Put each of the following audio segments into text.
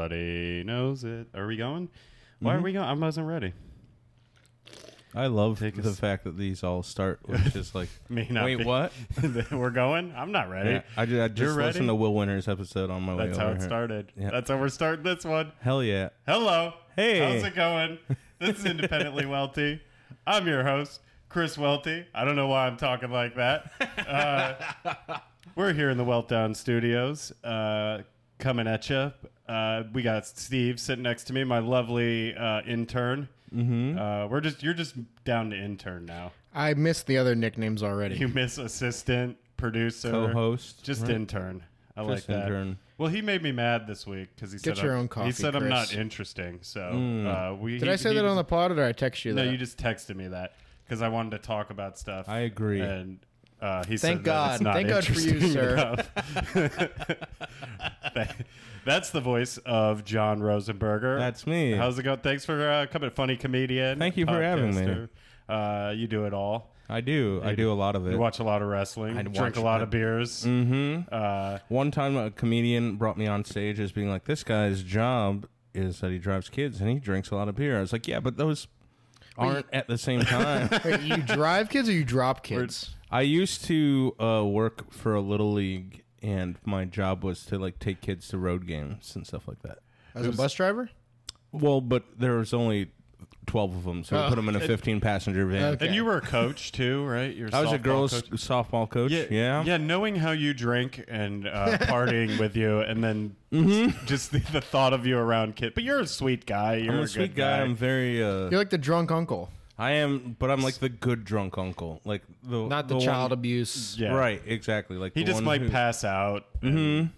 Everybody knows it. Are we going? Why are Mhm. we going? I wasn't ready. I love Take a the s- fact that these all start with just like, May not wait, be. what? We're going. I'm not ready. Yeah, I, ju- I just ready? listened to Will Winters episode on my way That's how over it here. started. Yeah. That's how we're starting this one. Hell yeah. Hello. Hey. How's it going? This is Independently Welty. I'm your host, Chris Welty. I don't know why I'm talking like that. Uh, we're here in the Weltdown Studios, uh, coming at you. Uh, we got Steve sitting next to me, my lovely uh, intern. Mm-hmm. Uh, we're just you're just down to intern now. I missed the other nicknames already. You miss assistant, producer, Co-host, just right? intern. I like Just that. intern. Well, he made me mad this week because he Get said your I'm, own He coffee, said I'm Chris. not interesting. So Hmm. uh, we Did I say that on the pod or did I text you No, that? you just texted me that because I wanted to talk about stuff. I agree. And uh, he said Thank that it's God. not Thank God for you, interesting sir. enough. That- That's the voice of John Rosenberger. That's me. How's it going? Thanks for uh, coming, funny comedian. Thank you for having me. podcaster. Uh, you do it all. I do. I do a lot of it. You watch a lot of wrestling. I'd drink watch- a lot I'd- of beers. hmm Uh, One time a comedian brought me on stage as being like, this guy's job is that he drives kids and he drinks a lot of beer. I was like, yeah, but those aren't at the same time. Wait, you drive kids or you drop kids? I used to uh, work for a little league, and my job was to like take kids to road games and stuff like that. As a bus driver? Well, but there was only twelve of them, so we Oh. put them in a fifteen-passenger van. Okay. And you were a coach too, right? You're I was a girls softball coach. Yeah, yeah, yeah. Knowing how you drink and uh, partying with you, and then just the, the thought of you around kid. But you're a sweet guy. You're Mm-hmm. I'm a good sweet guy. I'm very. Uh, You're like the drunk uncle, I am, but I'm like the good drunk uncle, like the not the, child one- abuse. Yeah. Right, exactly. Like He the just one might who- Mm-hmm. pass out, and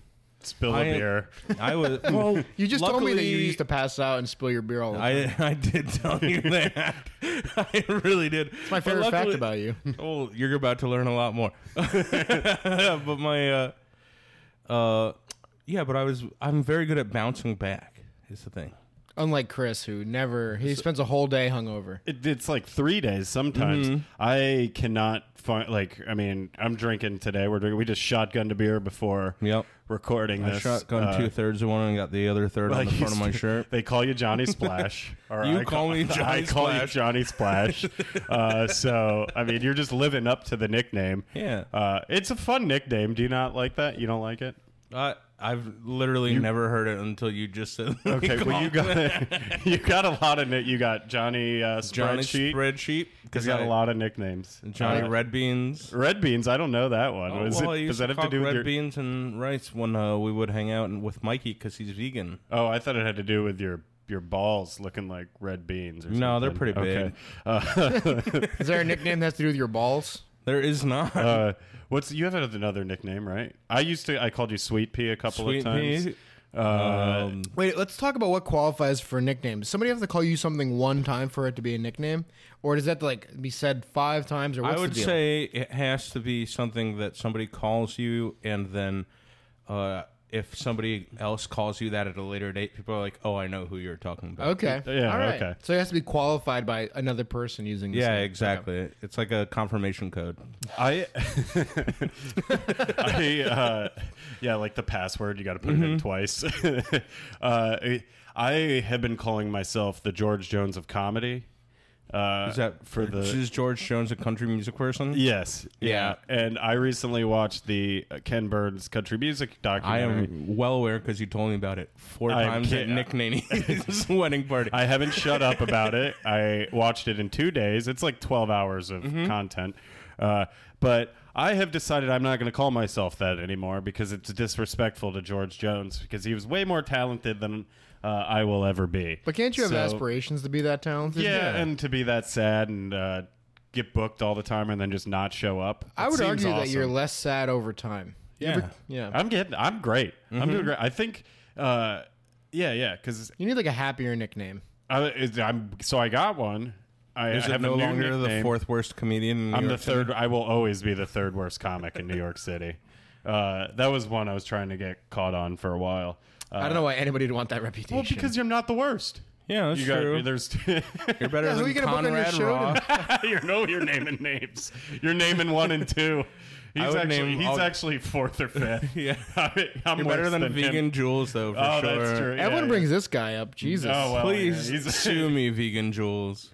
spill a I am- beer. I was. Well, You just told me that you luckily- used to pass out and spill your beer all the time. I I did tell you that. I really did. It's My favorite fact about you. oh, you're about to learn a lot more. but my, uh, uh, yeah, but I was, I'm very good at bouncing back. Is the thing. Unlike Chris, who never he spends a whole day hungover. It, it's like three days sometimes. Mm-hmm. I cannot find like. I mean, I'm drinking today. We're drinking. We just shotgunned a beer before Yep. recording I this. shotgun Uh, two thirds of one and got the other third on Like the front of you my said, shirt. They call you Johnny Splash. Or You I call me Johnny I call you Splash. Johnny Splash. uh, so I mean, you're just living up to the nickname. Yeah. Uh, it's a fun nickname. Do you not like that? You don't like it? I, I've literally never heard it until you just said. Okay. well, you got you got a lot of nick. You got Johnny uh, Johnny spreadsheet. spreadsheet He's got I- a lot of nicknames. Johnny Uh, Red Beans. Red beans. I don't know that one. What is well, I it, used does that have cook to do with red your? beans and rice when uh, we would hang out and, with Mikey because he's vegan? Oh, I thought it had to do with your your balls looking like red beans. Or No, they're something. Uh, pretty big. Okay. Is there a nickname that has to do with your balls? There is not Uh, uh, what's you have another nickname, right? I used to. I called you Sweet Pea a couple sweet of times. pea. Uh, Um, Wait, let's talk about what qualifies for nicknames. Somebody have to call you something one time for it to be a nickname, or does that like be said five times? Or what's I would the deal? say it has to be something that somebody calls you, and then uh, if somebody else calls you that at a later date, people are like, "Oh, I know who you're talking about." okay, Yeah, All right. okay. So it has to be qualified by another person using. This Yeah, name. exactly. It's like a confirmation code. I, I, uh, yeah, like the password. You got to put Mm-hmm. it in twice. uh, I- I have been calling myself the George Jones of comedy. Uh, Is that for the? Is George Jones a country music person? Yes. Yeah. And I recently watched the uh, Ken Burns country music I documentary. am well aware because you told me about it four I am times at kid- Nick Naney's wedding party. I haven't shut up about it. I watched it in two days. It's like 12 hours of content. Uh, but I have decided I'm not going to call myself that anymore because it's disrespectful to George Jones because he was way more talented than uh, I will ever be. But can't you have So- aspirations to be that talented? Yeah, and to be that sad and uh, get booked all the time and then just not show up. I it would seems argue that awesome. you're less sad over time. You Yeah. ever- yeah. I'm getting. I'm great. I'm doing great. I think. Uh, yeah, yeah. Because you need like a happier nickname. I'm. So I got one. I Is I it have no a new longer the nickname. fourth worst comedian? In New I'm York the City? third. I will always be the third worst comic in New York City. Uh, that was one I was trying to get caught on for a while. Uh, I don't know why anybody would want that reputation. well, because you're not the worst. Yeah, that's You got true. there's. You're better Yeah, who than you gonna book on your Conrad show Ross. you know you're naming names. You're naming one and two. I He's would actually name he's all- actually fourth or fifth. Yeah. I mean, I'm You're better worse than, him. vegan Jules, though, for Oh, sure. that's true. Yeah, Everyone yeah. brings this guy up. Jesus. Oh well, yeah, Please he's- sue me, vegan Jules.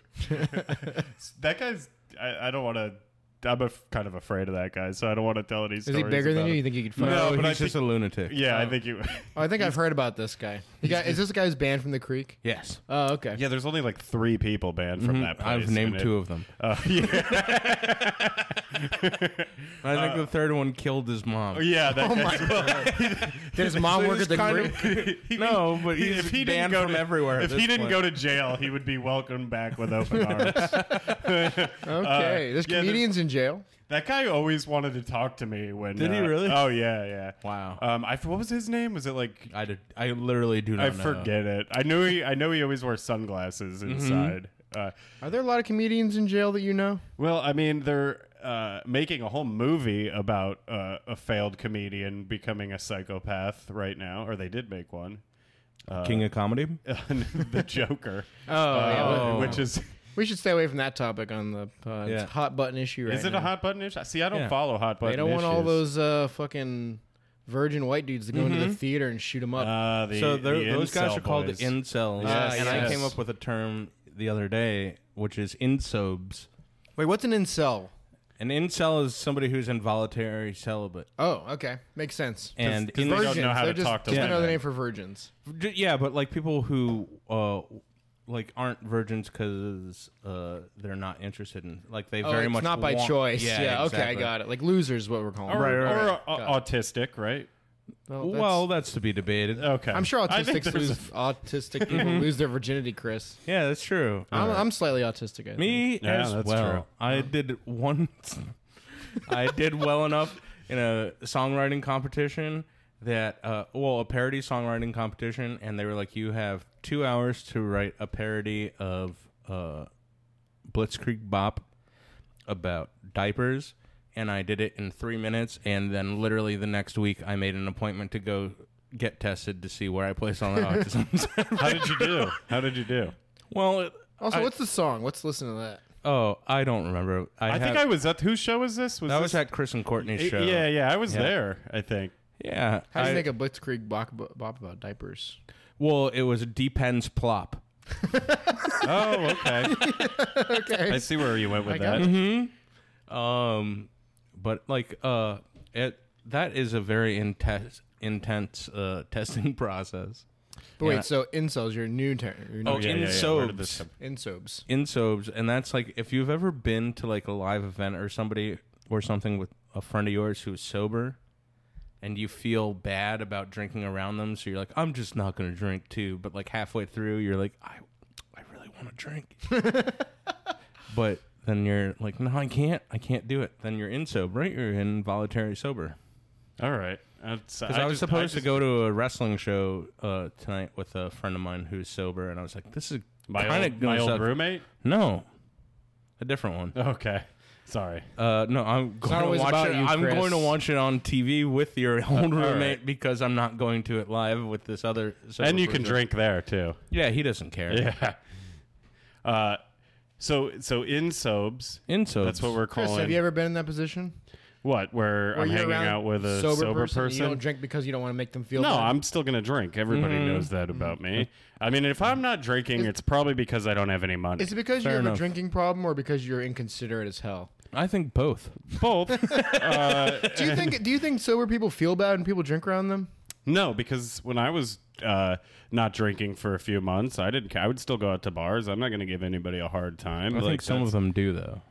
that guy's. I, I don't want to. I'm a f kind of afraid of that guy, so I don't want to tell any Is stories. he bigger than about you? You him. think you could No, fight? No, but but I he's just a lunatic. Yeah, I think you. Oh, I think I've heard about this guy. He got, is this guy who's banned from the creek? Yes. Mm, Oh, okay. yeah, there's only like three people banned from that. Place, Mm-hmm. I've named and it- two of them. Uh, yeah, I think the third one killed his mom. Uh, oh, yeah. That guy's- Did his mom So work he's at the kind creek? of- no, but he's if he didn't banned go from to, everywhere. at If this he didn't point. go to jail, he would be welcomed back with open arms. okay. There's uh, yeah, there's- comedians in jail. that guy always wanted to talk to me when. Did he uh, really? Oh yeah, yeah. Wow. Um, I f- what was his name? Was it like I did. I literally do not. I know. Mm-hmm. forget it. I knew he. I know he always wore sunglasses inside. Uh, Are there a lot of comedians in jail that you know? well, I mean, they're uh, making a whole movie about uh, a failed comedian becoming a psychopath right now, or they did make one, King of comedy. the Joker, Oh, uh, Oh. which is We should stay away from that topic on the pod. It's Yeah. a hot button issue right is it now. a hot button issue? See, I don't Yeah. follow hot button. They don't want all issues. those uh, fucking virgin white dudes to go into Mm-hmm. the theater and shoot them up. Uh, the, so they're- the those guys incel are called boys. incels, Yes, and I yes. came up with a term the other day, which is insobes. Wait, what's an incel? An incel is somebody who's involuntary celibate, Oh, okay, makes sense. and 'cause they in- don't know how They're to just, talk to just women. another name for virgins. J- yeah, but like people who uh like aren't virgins because uh they're not interested in like they Oh, very it's much not by want- choice. Yeah, okay, I exactly. got it. Like losers, is what we're calling. Or, them. Right, right, or, right. uh, Got autistic, right? Well, that's- Oh. Well, that's to be debated. Okay, I'm sure I think autistics there's lose autistic people Mm-hmm. lose their virginity, Chris. yeah, that's true. I'm, I'm slightly autistic. I think. Me Yeah, as that's well. true. I did one. I did well enough in a songwriting competition that, uh, well, a parody songwriting competition, and they were like, "You have two hours to write a parody of uh, Blitzkrieg Bop about diapers." And I did it in three minutes, and then literally the next week, I made an appointment to go get tested to see where I placed on the autism. a- how did you do? How did you do? well, it, Also, I- what's the song? Let's listen to that. oh, I don't remember. I, have- think I was at whose show was this? Was That this was at Chris and Courtney's Y- show. Yeah, yeah, I was Yeah. there. I think. yeah. How do you I- make a Blitzkrieg bop, bop about diapers? well, it was Depends Plop. Oh, okay. Okay. I see where you went with I got that. Mm-hmm. Um, but like, uh, it that is a very intense intense uh testing process. But Yeah. wait, so incels, your new term. Your new Oh, Yeah, yeah, yeah. Where did this insobes. come- Insobes. Insobes, and that's like if you've ever been to like a live event or somebody or something with a friend of yours who's sober. And you feel bad about drinking around them, so you're like, "I'm just not gonna drink too." But like halfway through, you're like, "I, I really want to drink." but then you're like, no, I can't, I can't do it. Then you're in sober, right? You're involuntary sober. All right. That's- Because I, just- was supposed just- to go to a wrestling show uh, tonight with a friend of mine who's sober, and I was like, this is my kinda old, my gonna old suck. roommate. No, a different one. Okay. Sorry. Uh, no, I'm not going to always watch about it. you, I'm Chris. going to watch it on TV with your old all roommate right. because I'm not going to it live with this other. sober and you can person. drink there too. Yeah, he doesn't care. Yeah. Uh, so so insobes. In sober. That's what we're calling. Chris, have you ever been in that position? what? Where, Where I'm you're hanging around out with a sober, sober, person, and You don't drink Mm-hmm. because you don't want to make them feel no, bad? I'm still gonna drink. Everybody knows that about me. I mean, if I'm not drinking, it's probably because I don't have any money. Is it because Fair you have enough. a drinking problem or because you're inconsiderate as hell? I think both. both. Uh, Do you think do you think sober people feel bad when people drink around them? No, because when I was uh, not drinking for a few months, I didn't. ca- I would still go out to bars. I'm not going to give anybody a hard time. I think some that's- of them do though.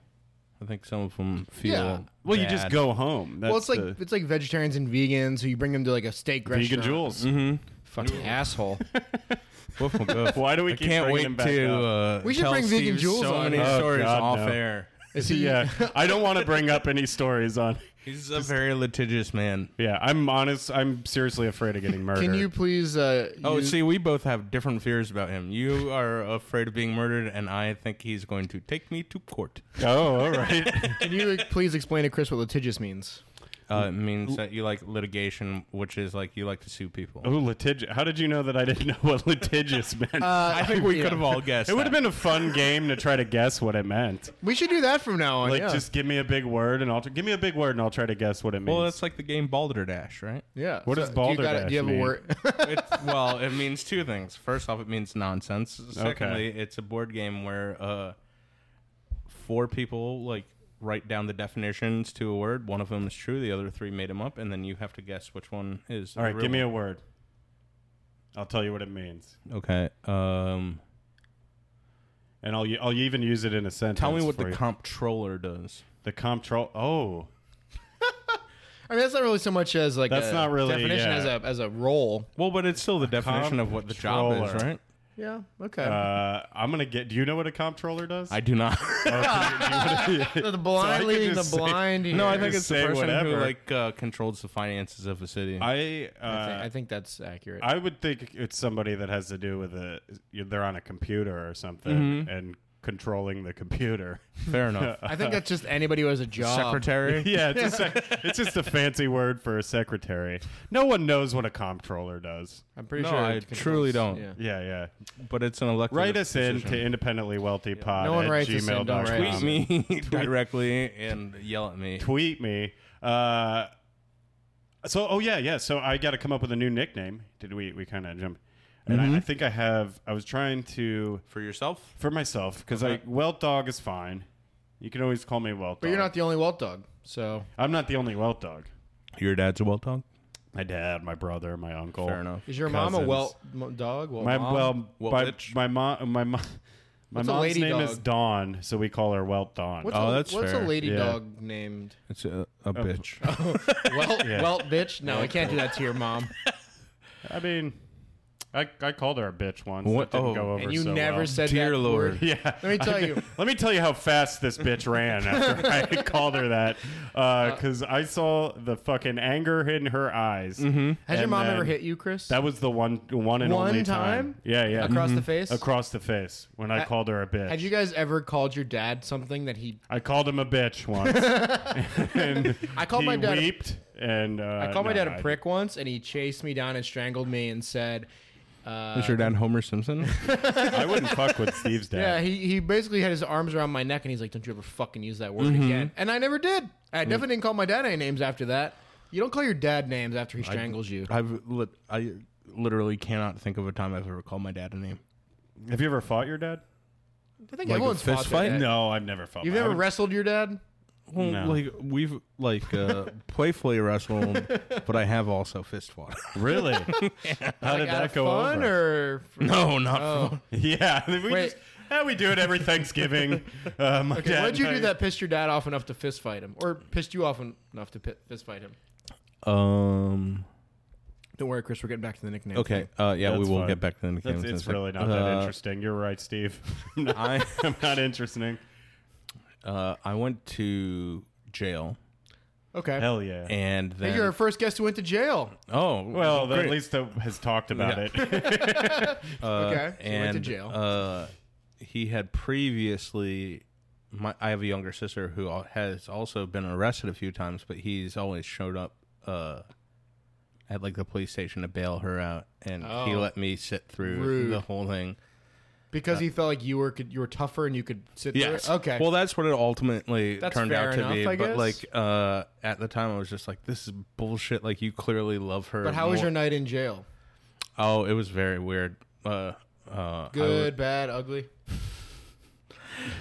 I think some of them feel. Yeah. Well, you just bad. go home. That's well, it's like the it's like vegetarians and vegans who you bring them to like a steak vegan restaurant. jewels. Mm-hmm. Fucking asshole. Woof, woof, woof. Why do we I keep can't bringing wait him back to. up? Uh, We should tell bring Vegan Steve Jules so on many here. Oh, stories God, off no. air. Is he? yeah, I don't want to bring up any stories on. He's a very litigious man. Yeah, I'm honest. I'm seriously afraid of getting murdered. Can you please? Uh, Oh, use- see, we both have different fears about him. You are afraid of being murdered, and I think he's going to take me to court. Oh, all right. Can you please explain to Chris what litigious means? Uh, it means that you like litigation, which is like you like to sue people. Oh, litigious. How did you know that I didn't know what litigious meant? Uh, I think we could have all guessed. it would have that. been a fun game to try to guess what it meant. We should do that Oh, from now on. Like, yeah. just give me a big word and I'll tr- give me a big word and I'll try to guess what it means. Well, that's like the game Balderdash, right? yeah. What does do you gotta- Do you have balderdash a word? It, well, it means two things. First off, it means nonsense. Secondly, it's a board game where uh, four people like write down the definitions to a word. One of them is true, the other three made them up, and then you have to guess which one is. All right, give me a word. I'll tell you what it means, a okay. Um, and I'll u- I'll even use it in a sentence. tell me what for the you. comptroller does. the comptrol. Oh, I mean, that's not really so much as like That's a not really, definition yeah. as a as a role. Well, but it's still the definition of what the job is, comptroller. right? Yeah. Okay. uh, I'm gonna get. Do you know what a comptroller does? I do not. the blind could leading the just say- blind. here. no, I think Just it's the say person who whatever. like uh, controls the finances of a city. I I think, uh, I think that's accurate. I would think it's somebody that has to do with a. They're on a computer or something Mm-hmm. and controlling the computer. Fair enough. I think that's just anybody who has a job. Secretary. yeah, it's, a sec- it's just a fancy word for a secretary. No one knows what a comptroller does. I'm pretty No, sure. I it controls- truly don't. Yeah. Yeah, yeah. but it's an elected. Write us in to position. independently wealthy pod No one at writes us in, gmail.com. don't write us tweet me directly and yell at me. tweet me. Uh, so, oh yeah, yeah. So I got to come up with a new nickname. Did we? We kind of jump. And Mm-hmm. I, I think I have. I was trying to For yourself? for myself because Okay. like Welt Dog is fine. You can always call me Welt. But Dog. you're not the only Walt dog. So I'm not the only Welt Dog. Your dad's a well dog? My dad, my brother, my uncle. Fair enough. is your mom a Cousins. Walt mo- dog? Walt My mom? well, Well, my, bitch. my mom, my mom, my What's a mom's lady name dog? is Dawn, so we call her Welt Dawn. What's Oh, a, that's what's fair. a lady Yeah. dog named? It's a, a bitch. Welt, Yeah. Welt bitch. No, I can't do that to your mom. I mean, I, I called her a bitch once. What- That didn't oh. go over And you so never well. said Dear that Lord. word. Yeah. Let me tell I- you. Let me tell you how fast this bitch ran after I called her that. Uh, Because I saw the fucking anger in her eyes. Mm-hmm. Has your mom ever hit you, Chris? That was the one, one and One only time? Yeah, yeah. Across the face? Across the face when I, Ha- called her a bitch. Had you guys ever called your dad something that he? I called him a bitch once. and I called he my dad a- Weeped and uh, I called my no, dad a prick once, and he chased me down and strangled me and said. Uh, is your dad Homer Simpson? I wouldn't fuck with Steve's dad. yeah, he, he basically had his arms around my neck and he's like, Don't you ever fucking use that word Mm-hmm. again. And I never did. I definitely didn't call my dad any names after that. You don't call your dad names after he strangles you. I've lit I literally cannot think of a time I've ever called my dad a name. Have you ever fought your dad? I think Like a everyone's fist fought their fight? dad. No, I've never fought. You've my- I never would- wrestled your dad? Well, No. like we've like uh, playfully wrestled, but I have also fist fought. really? How did Like, out that of go fun over? or for- No, not Oh. Yeah, I mean, we Wait. just yeah, we do it every Thanksgiving. Uh, my Okay, dad what'd you and do I- that pissed your dad off enough to fist fight him? Or pissed you off en- enough to pi- fist fight him? Um. Don't worry, Chris, we're getting back to the nickname. Okay. Uh. Yeah. we That's will fine. get back to the game. That's, it's really not that interesting. You're right, Steve. I'm not- uh, I I'm not interesting. uh, I went to jail Okay. Hell yeah. and Hey, then you're our first guest who went to jail. oh well, that great. at least that has talked about it. okay. So you Uh, and went to jail. Uh, he had previously. My, I have a younger sister who al- has also been arrested a few times, but he's always showed up uh, at like the police station to bail her out, and he Oh. let me sit through Rude. the whole thing. because he felt like you were could, you were tougher and you could sit Yes. there. Okay. Well, that's what it ultimately That's turned fair out to enough, be. I but guess. like uh, at the time, I was just like, "This is bullshit." Like you clearly love her. but how was more- your night in jail? Oh, it was very weird. Uh, uh, I Good, bad, ugly.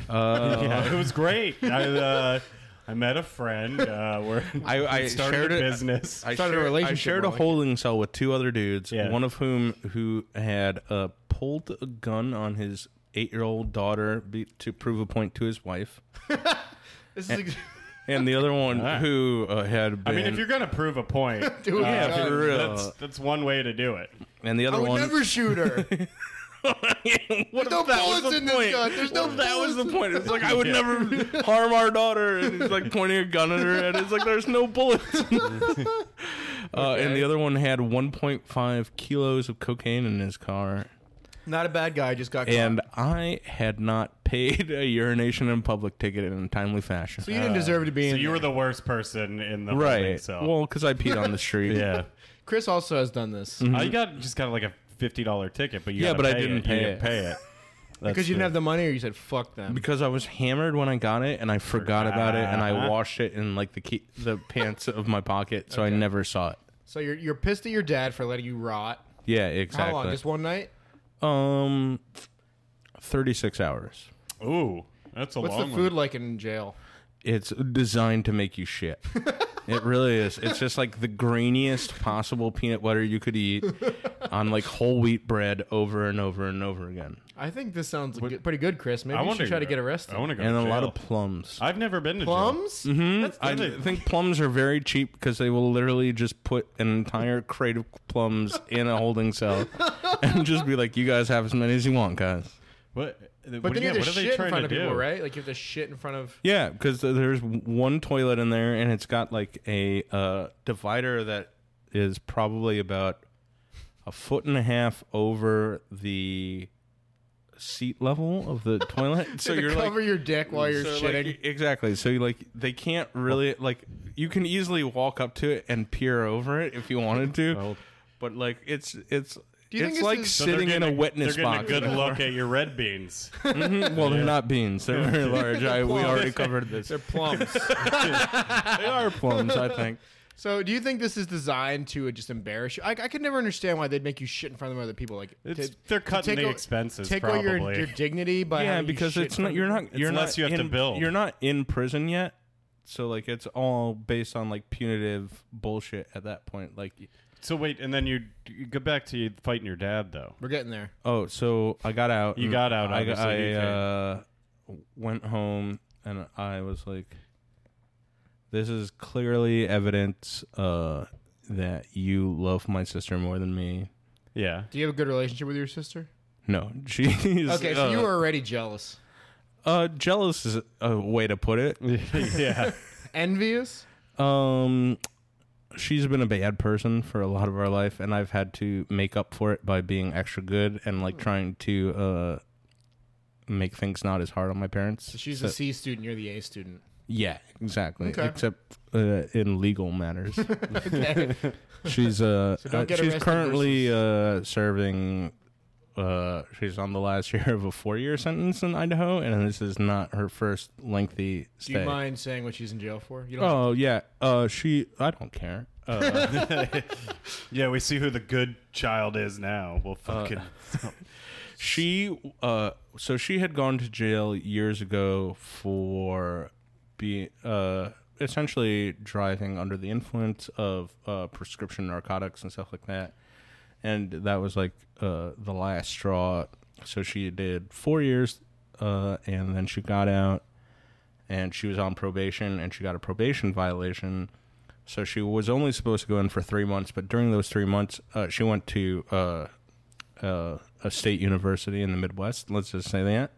wa- uh, Yeah, it was great. I, uh, I met a friend. Uh, we're I, I started shared a it. business. I Started a shared, relationship I shared a more like holding cell with two other dudes, Yeah. one of whom who had uh, pulled a gun on his eight-year-old daughter be, to prove a point to his wife, This is ex- and the other one Ah. who uh, had I been. mean, if you're gonna prove a point, Dude, yeah, God. for real. real. That's, that's one way to do it. and the I other would one. never shoot her. what no if that was bullets the in this point? gun. There's no What if that was the bullets. point. It's like I would never harm our daughter, and he's like pointing a gun at her head. It's like there's no bullets. Uh, and the other one had 1.5 kilos of cocaine in his car. Not a bad guy, just got and I had not paid a urination in public ticket in a timely fashion. So you didn't deserve to be So in. you there. were the worst person in the holding right. cell. Well, because I peed on the street. yeah. Chris also has done this Uh, you got just got like a fifty dollar ticket, but you Hmm. Yeah, gotta but I pay didn't it. pay you didn't it. pay it That's because you the- didn't have the money, or you said fuck them. Because I was hammered when I got it, and I forgot about it, and I washed it in like the key, the pants of my pocket, so I never saw it. So you're you're pissed at your dad for letting you rot. Yeah, How exactly. long? Just one night? um, thirty six hours. Ooh, that's a What's long the food one. like in jail? It's designed to make you shit. it really is. It's just like the grainiest possible peanut butter you could eat on like whole wheat bread over and over and over again, I think this sounds good, pretty good, Chris. Maybe I you want should try to get arrested. I want to go. and to a lot jail. of plums. I've never been to jail. Plums? Mm-hmm. That's I Really? think plums are very cheap because they will literally just put an entire crate of plums in a holding cell and just be like, "You guys have as many as you want, guys." What? But But what, then yeah, you what have to are they shit in trying front to of do? people, right? Like you have to shit in front of. Yeah, because there's one toilet in there and it's got like a uh, divider that is probably about a foot and a half over the seat level of the toilet. So to you're like cover your dick while you're Mm. So, like, shitting. exactly. So you like they can't really like you can easily walk up to it and peer over it if you wanted to, but like it's it's you think it's this like is- So they're sitting in a getting witness they're getting box. a good look at your red beans. Mhm. Well, they're not beans. They're very large. I, we already covered this. They're plums. They are plums, I think. so, do you think this is designed to just embarrass you? I, I could never understand why they'd make you shit in front of other people. Like, It's, to- they're cutting take the a- expenses take probably. away your, your dignity by Yeah, having you because shit it's in not. front of You're not. You're less not you have to in- build. You're not in prison yet, so like it's all based on like punitive bullshit at that point. Like so wait, and then you, you go back to you fighting your dad though. We're getting there. Oh, so I got out. You and got out, I, got- obviously, I you uh, went home and I was like, "This is clearly evidence uh, that you love my sister more than me." Yeah. Do you have a good relationship with your sister? No, she's Okay, so uh, you were already jealous, uh, jealous is a way to put it. yeah. envious. Um, she's been a bad person for a lot of our life, and I've had to make up for it by being extra good and Hmm. like trying to uh make things not as hard on my parents. So she's So- a C student. You're the A student. Yeah, exactly. Okay. Except uh, in legal matters, Okay. she's uh, don't uh, get she's arrested currently uh, serving. Uh, she's on the last year of a four-year sentence in Idaho, and this is not her first lengthy Do stay. you mind saying what she's in jail for? You don't. Oh yeah, uh, she. I don't care. Uh, Yeah, we see who the good child is now. Well, Uh, fucking. she. Uh, so she had gone to jail years ago for being uh, essentially driving under the influence of uh, prescription narcotics and stuff like that. and that was like uh, the last straw. So she did four years, uh, and then she got out, and she was on probation, and she got a probation violation. So she was only supposed to go in for three months, but during those three months, uh, she went to uh, uh, a state university in the Midwest. Let's just say that.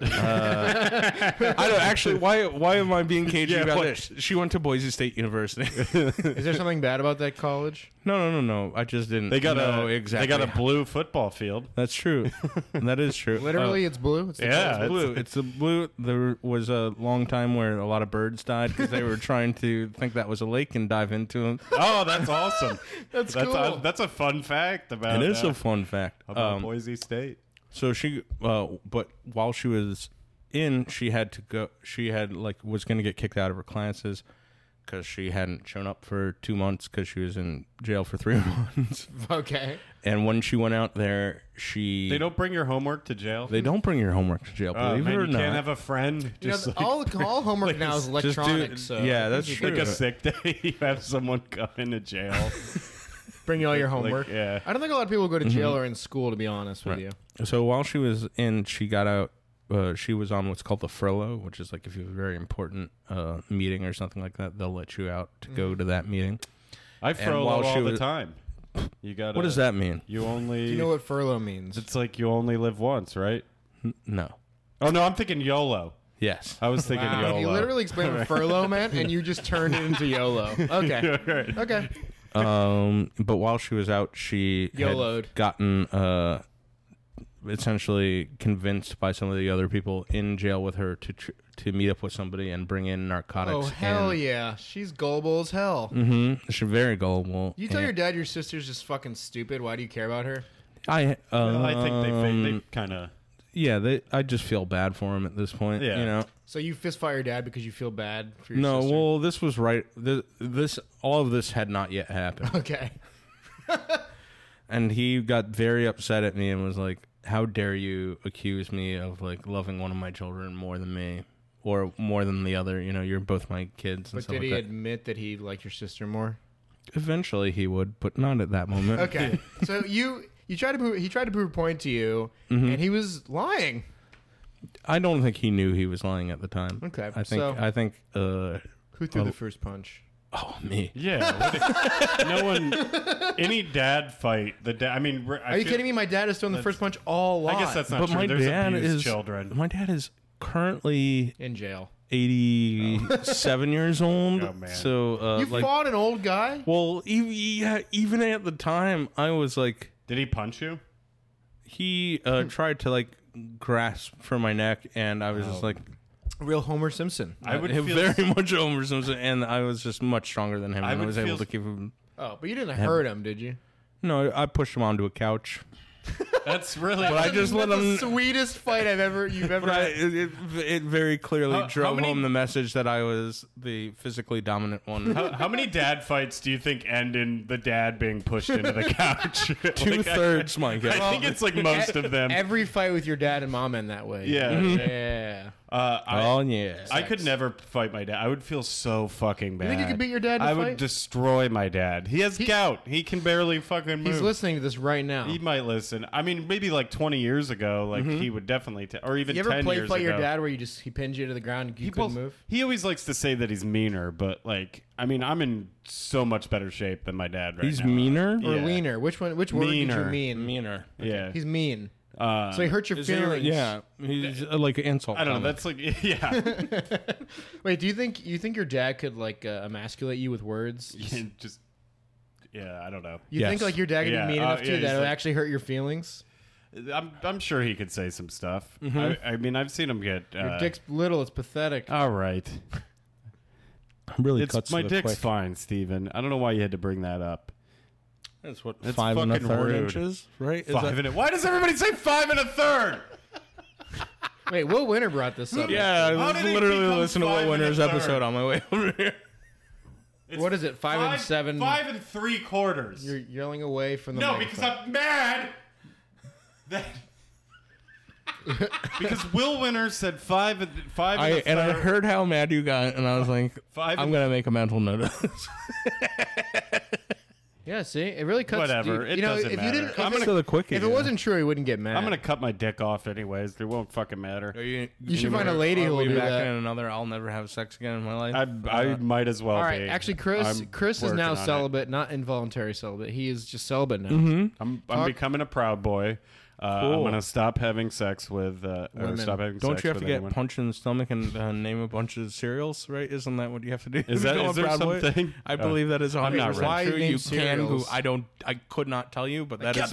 Uh, I don't actually. Why? Why am I being cagey Yeah, about what- this? She went to Boise State University. Oh. Is there something bad about that college? no, no, no, no. I just didn't. They got know a exactly. They got a blue football field. That's true. that is true. Literally, it's blue. It's the yeah. color's Uh, blue. It's the blue. There was a long time where a lot of birds died because they were trying to think that was a lake and dive into them. Oh, that's awesome. That's that's cool. a, that's a fun fact about It is uh, a fun fact. about Um, Boise State. so she, uh, but while she was in, she had to go. She had like was going to get kicked out of her classes because she hadn't shown up for two months because she was in jail for three months. blue. Okay. and when she went out there, she They don't bring your homework to jail. they don't bring your homework to jail. Oh, Believe man, it or you not, can't have a friend. You know, Just like, all all homework now is just do- electronic. so yeah, that's true. like a sick day, you have someone come into jail. bring all your homework. Mm-hmm. yeah. I don't think a lot of people go to jail or in school. To be honest with Right. you, So while she was in, she got out. Uh, she was on what's called the furlough, which is like if you have a very important uh, meeting or something like that, they'll let you out to Mm. go to that meeting. I furlough while she all the was- time. You got What does that mean? You only. do you know what furlough means? it's like you only live once, right? No. Oh no, I'm thinking YOLO. Yes. I was thinking Wow. YOLO. You literally explained what furlough meant, and you just turned it into YOLO. Okay. Right. Okay. Um, but while she was out, she had YOLO'd. gotten uh, essentially convinced by some of the other people in jail with her to tr- to meet up with somebody and bring in narcotics. Oh hell and- yeah, she's gullible as hell. Mhm. She's very gullible. You tell and your dad your sister's just fucking stupid. Why do you care about her? I. Um, I think they they, they kind of yeah. They, I just feel bad for him at this point. Yeah. You know. So you fist fight your dad because you feel bad for your No. sister? Well, this was right. This, this all of this had not yet happened. okay. and he got very upset at me and was like how dare you accuse me of like loving one of my children more than me or more than the other you know you're both my kids and But stuff did like he that admit that he liked your sister more? eventually he would but not at that moment Okay. so you you tried to prove, he tried to prove a point to you, Mm-hmm. and he was lying. i don't think he knew he was lying at the time Okay, i think so- i think uh Who threw Oh. the first punch? oh me yeah. what if- no one, any dad fight the dad. I mean, we're- I Are you kidding me? My dad has thrown the first punch all lot. I guess that's not but true. my There's dad abused is children. my dad is currently in jail. 87 years old Oh, man. so uh You like fought an old guy? well e- yeah, even at the time i was like Did he punch you? he Hmm. uh, tried to like grasp for my neck, and I was just like Real Homer Simpson. I would uh, feel very much Homer Simpson, and I was just much stronger than him, I and I would was able feel- to keep him. Oh, but you didn't hurt him, did you? No, I pushed him onto a couch, that's really. but I just let That's him. the sweetest fight I've ever you've ever But I, had. it, it very clearly How- how drove many- home the message that I was the physically dominant one. how, how many dad fights do you think end in the dad being pushed into the couch? Like, I- Two thirds, my I, guy. think it's like most of them. Every fight with your dad and mom end that way. Yeah. Mhm. Yeah. Uh, I, Oh yeah, I could never fight my dad. I would feel so fucking bad. think you could beat your dad in a I fight? would destroy my dad. He has gout. He can barely fucking move. He's listening to this right now. He might listen. I mean, maybe like 20 years ago, like he would definitely, ta- or even Mm-hmm. you ever 10 play years fight ago. your dad where you just he pins you to the ground and you He, couldn't pulls- move? he always likes to say that he's meaner, but like, I mean, I'm in so much better shape than my dad right he's now. meaner. Yeah. Or leaner? Which one? Which word did you Meaner. mean? Meaner. Yeah. He's mean. uh, So he hurt your Is he- feelings. yeah, he's uh, like an insult. I don't know. comic. That's like, yeah. Wait, do you think you think your dad could like uh, emasculate you with words? You Just, yeah, I don't know. think Yes. like your dad could Yeah, be mean uh, enough to yeah, you that he's it would like- actually hurt your feelings? I'm, I'm sure he could say some stuff. I, I mean, I've seen him get. Uh, Mm-hmm. Your dick's little. It's pathetic. All right. really It's cuts my to the dick's quick. fine, Steven. I don't know why you had to bring that up. That's what That's five and a fucking third rude. inches, right? Is Five that- and a, why does everybody say five and a third? Wait, Will Winter brought this up. Yeah, How I did was it literally become listening to five Will and a Winter's third? episode on my way over here. It's What is it? Five, and seven. Five and three quarters. You're yelling away from the. no, microphone. because I'm mad that because Will Winner said five and five I, and, a and I third. heard how mad you got, and I was like, Five I'm and- gonna make a mental note of this. Yeah, see, it really cuts. Whatever, You, it you know, doesn't if matter. you didn't, I'm if gonna- it- to the quickie. if it wasn't true, he wouldn't get mad. I'm gonna cut my dick off anyways. It won't fucking matter. you, should find a lady who will be do back that. in another. I'll never have sex again in my life. I, I Uh, might as well. All right, be. actually, Chris, I'm Chris is working now on it. celibate, not involuntary celibate. He is just celibate now. I'm, I'm becoming a proud boy. Uh, I'm Cool. gonna stop having sex with uh, or Women. Stop having don't sex you have to with get anyone. punched in the stomach and uh, name a bunch of cereals? Right? Isn't that what you have to do? Is to that- become is a there Proud Boy? something? I Uh, believe that is 100 not percent really true. sure. You can. Go, Cereals. I don't. I could not tell you, but that is